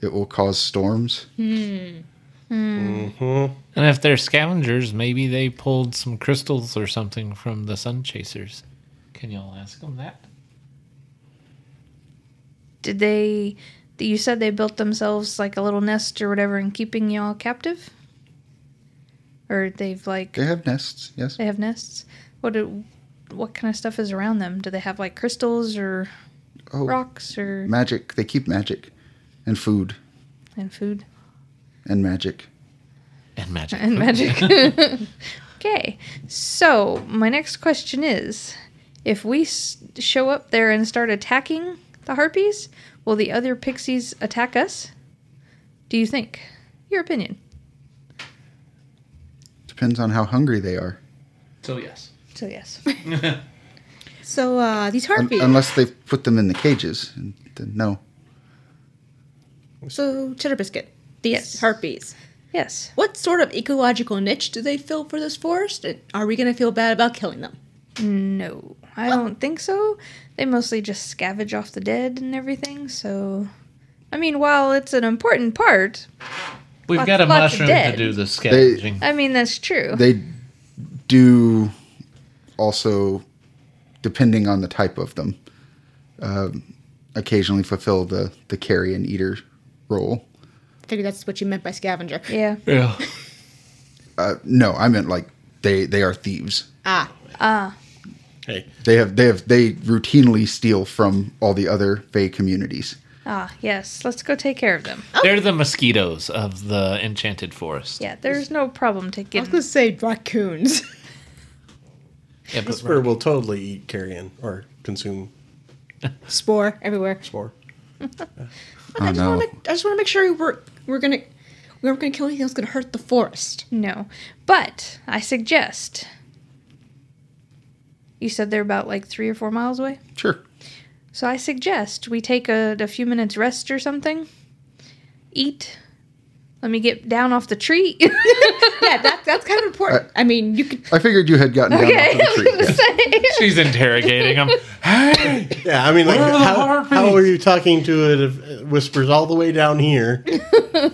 Speaker 1: it will cause storms.
Speaker 3: And if they're scavengers, maybe they pulled some crystals or something from the sun chasers. Can y'all ask them that?
Speaker 4: did they? You said they built themselves like a little nest or whatever, and keeping y'all captive, or they've like
Speaker 1: They have nests, yes.
Speaker 4: they have nests. What do, what kind of stuff is around them? Do they have like crystals or
Speaker 1: Oh,
Speaker 4: rocks or
Speaker 1: magic. They keep magic and food
Speaker 4: and food
Speaker 1: and magic.
Speaker 3: And magic.
Speaker 4: and magic? okay, so my next question is: If we s- show up there and start attacking the harpies, will the other pixies attack us? Do you think? Your opinion.
Speaker 1: Depends on how hungry they are.
Speaker 6: So yes.
Speaker 4: So yes.
Speaker 5: So uh, these
Speaker 1: Un-
Speaker 5: harpies.
Speaker 1: unless they put them in the cages. and Then no.
Speaker 5: so cheddar biscuit. These
Speaker 4: Yes.
Speaker 5: harpies.
Speaker 4: yes.
Speaker 5: What sort of ecological niche do they fill for this forest? And are we going to feel bad about killing them?
Speaker 4: No. I don't think so. They mostly just scavenge off the dead and everything, so I mean, while it's an important part,
Speaker 3: We've
Speaker 4: Lots-
Speaker 3: got a
Speaker 4: lots of
Speaker 3: mushroom to
Speaker 4: dead.
Speaker 3: do the scavenging.
Speaker 4: I mean that's true.
Speaker 1: They do also, depending on the type of them, um, occasionally fulfill the the carrion eater role.
Speaker 5: I figure that's what you meant by scavenger.
Speaker 4: yeah.
Speaker 3: yeah.
Speaker 4: Oh.
Speaker 1: Uh, no, I meant like they they are thieves.
Speaker 5: Ah,
Speaker 2: Hey,
Speaker 1: They have they have they routinely steal from all the other Fey communities.
Speaker 4: Ah, yes. Let's go take care of them.
Speaker 3: They're the mosquitoes of the enchanted forest.
Speaker 4: Yeah, there's no problem
Speaker 5: I
Speaker 4: taking
Speaker 5: was going to say raccoons.
Speaker 3: Yeah, but
Speaker 2: Whisper will totally eat carrion or consume
Speaker 5: Spore everywhere.
Speaker 2: spore.
Speaker 5: I just
Speaker 1: Oh, no.
Speaker 5: want to. I just want to make sure we're we're gonna we aren't gonna kill anything that's gonna hurt the forest.
Speaker 4: No. But I suggest You said they're about like 3 or 4 miles away?
Speaker 1: Sure.
Speaker 4: So I suggest we take a, a few minutes rest or something. Eat. Let me get down off the tree.
Speaker 5: Yeah, that, that's kind of important. I mean, you could.
Speaker 1: I figured you had gotten down
Speaker 4: okay, I
Speaker 1: off of
Speaker 4: was
Speaker 1: the tree.
Speaker 4: gonna say.
Speaker 3: She's interrogating him. Hey,
Speaker 2: Yeah, I mean, like,
Speaker 3: Where are the
Speaker 2: how,
Speaker 3: harpies?
Speaker 2: how are you talking to it? If it whispers all the way down here,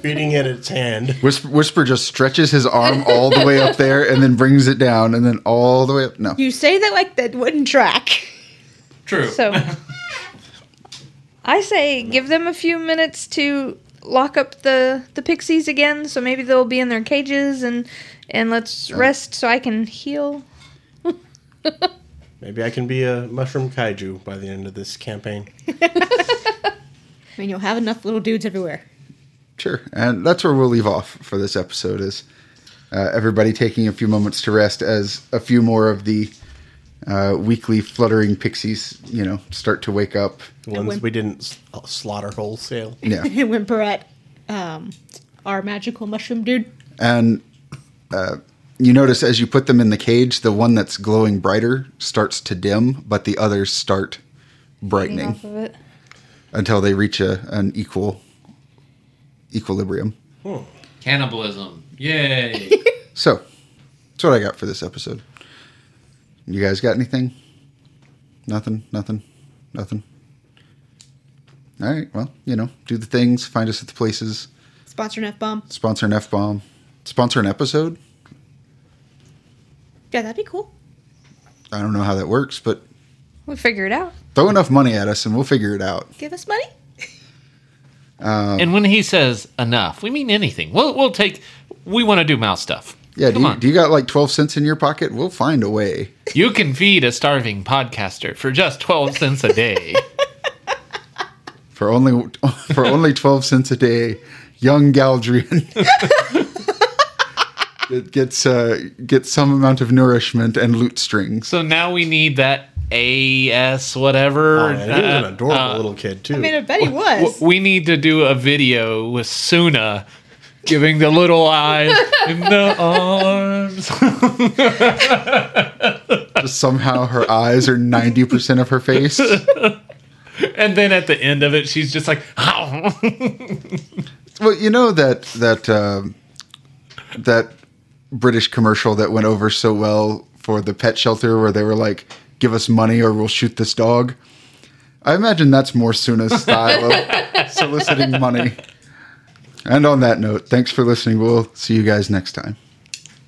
Speaker 2: feeding it its hand.
Speaker 1: Whisper, Whisper just stretches his arm all the way up there and then brings it down and then all the way up. No.
Speaker 5: You say that like that wouldn't track.
Speaker 6: True.
Speaker 4: So I say give them a few minutes to lock up the the pixies again, so maybe they'll be in their cages and and let's rest so I can heal.
Speaker 2: Maybe I can be a mushroom kaiju by the end of this campaign.
Speaker 5: I mean, you'll have enough little dudes everywhere.
Speaker 1: Sure. And that's where we'll leave off for this episode is uh, everybody taking a few moments to rest as a few more of the uh, weekly fluttering pixies, you know, start to wake up.
Speaker 2: The ones
Speaker 5: when-
Speaker 2: we didn't s- uh, slaughter wholesale.
Speaker 1: Yeah.
Speaker 5: Whimper at um, our magical mushroom dude.
Speaker 1: And uh, you notice as you put them in the cage, the one that's glowing brighter starts to dim, but the others start brightening
Speaker 4: Off of it.
Speaker 1: until they reach a, an equal equilibrium.
Speaker 6: Cannibalism. Yay.
Speaker 1: So that's what I got for this episode. You guys got anything? Nothing, nothing, nothing. All right, well, you know, do the things, find us at the places,
Speaker 5: Sponsor an F bomb.
Speaker 1: sponsor an F bomb, sponsor an episode.
Speaker 5: Yeah, that'd be cool.
Speaker 1: I don't know how that works, but
Speaker 4: We'll figure it out.
Speaker 1: throw enough money at us and we'll figure it out.
Speaker 5: Give us money.
Speaker 1: Um.
Speaker 3: and when he says enough, we mean anything. We'll we'll take. We want to do mouse stuff.
Speaker 1: Yeah, do
Speaker 3: come
Speaker 1: you,
Speaker 3: on.
Speaker 1: do you got like 12 cents in your pocket? We'll find a way.
Speaker 3: You can feed a starving podcaster for just 12 cents a day.
Speaker 1: For only for only 12 cents a day, young Galdrian that gets uh, gets some amount of nourishment and lute strings.
Speaker 3: so now we need that AS whatever.
Speaker 2: Oh, and he was an
Speaker 3: uh,
Speaker 2: adorable
Speaker 3: uh,
Speaker 2: little kid too.
Speaker 5: I mean, I bet he was.
Speaker 3: w- we need to do a video with Suna giving the little eyes in the arms.
Speaker 1: Just somehow her eyes are 90% of her face.
Speaker 3: and then at the end of it, she's just like,
Speaker 1: Well, you know that that um that British commercial that went over so well for the pet shelter where they were like, "Give us money or we'll shoot this dog." I imagine that's more Suna's style of soliciting money. And on that note, thanks for listening. We'll see you guys next time.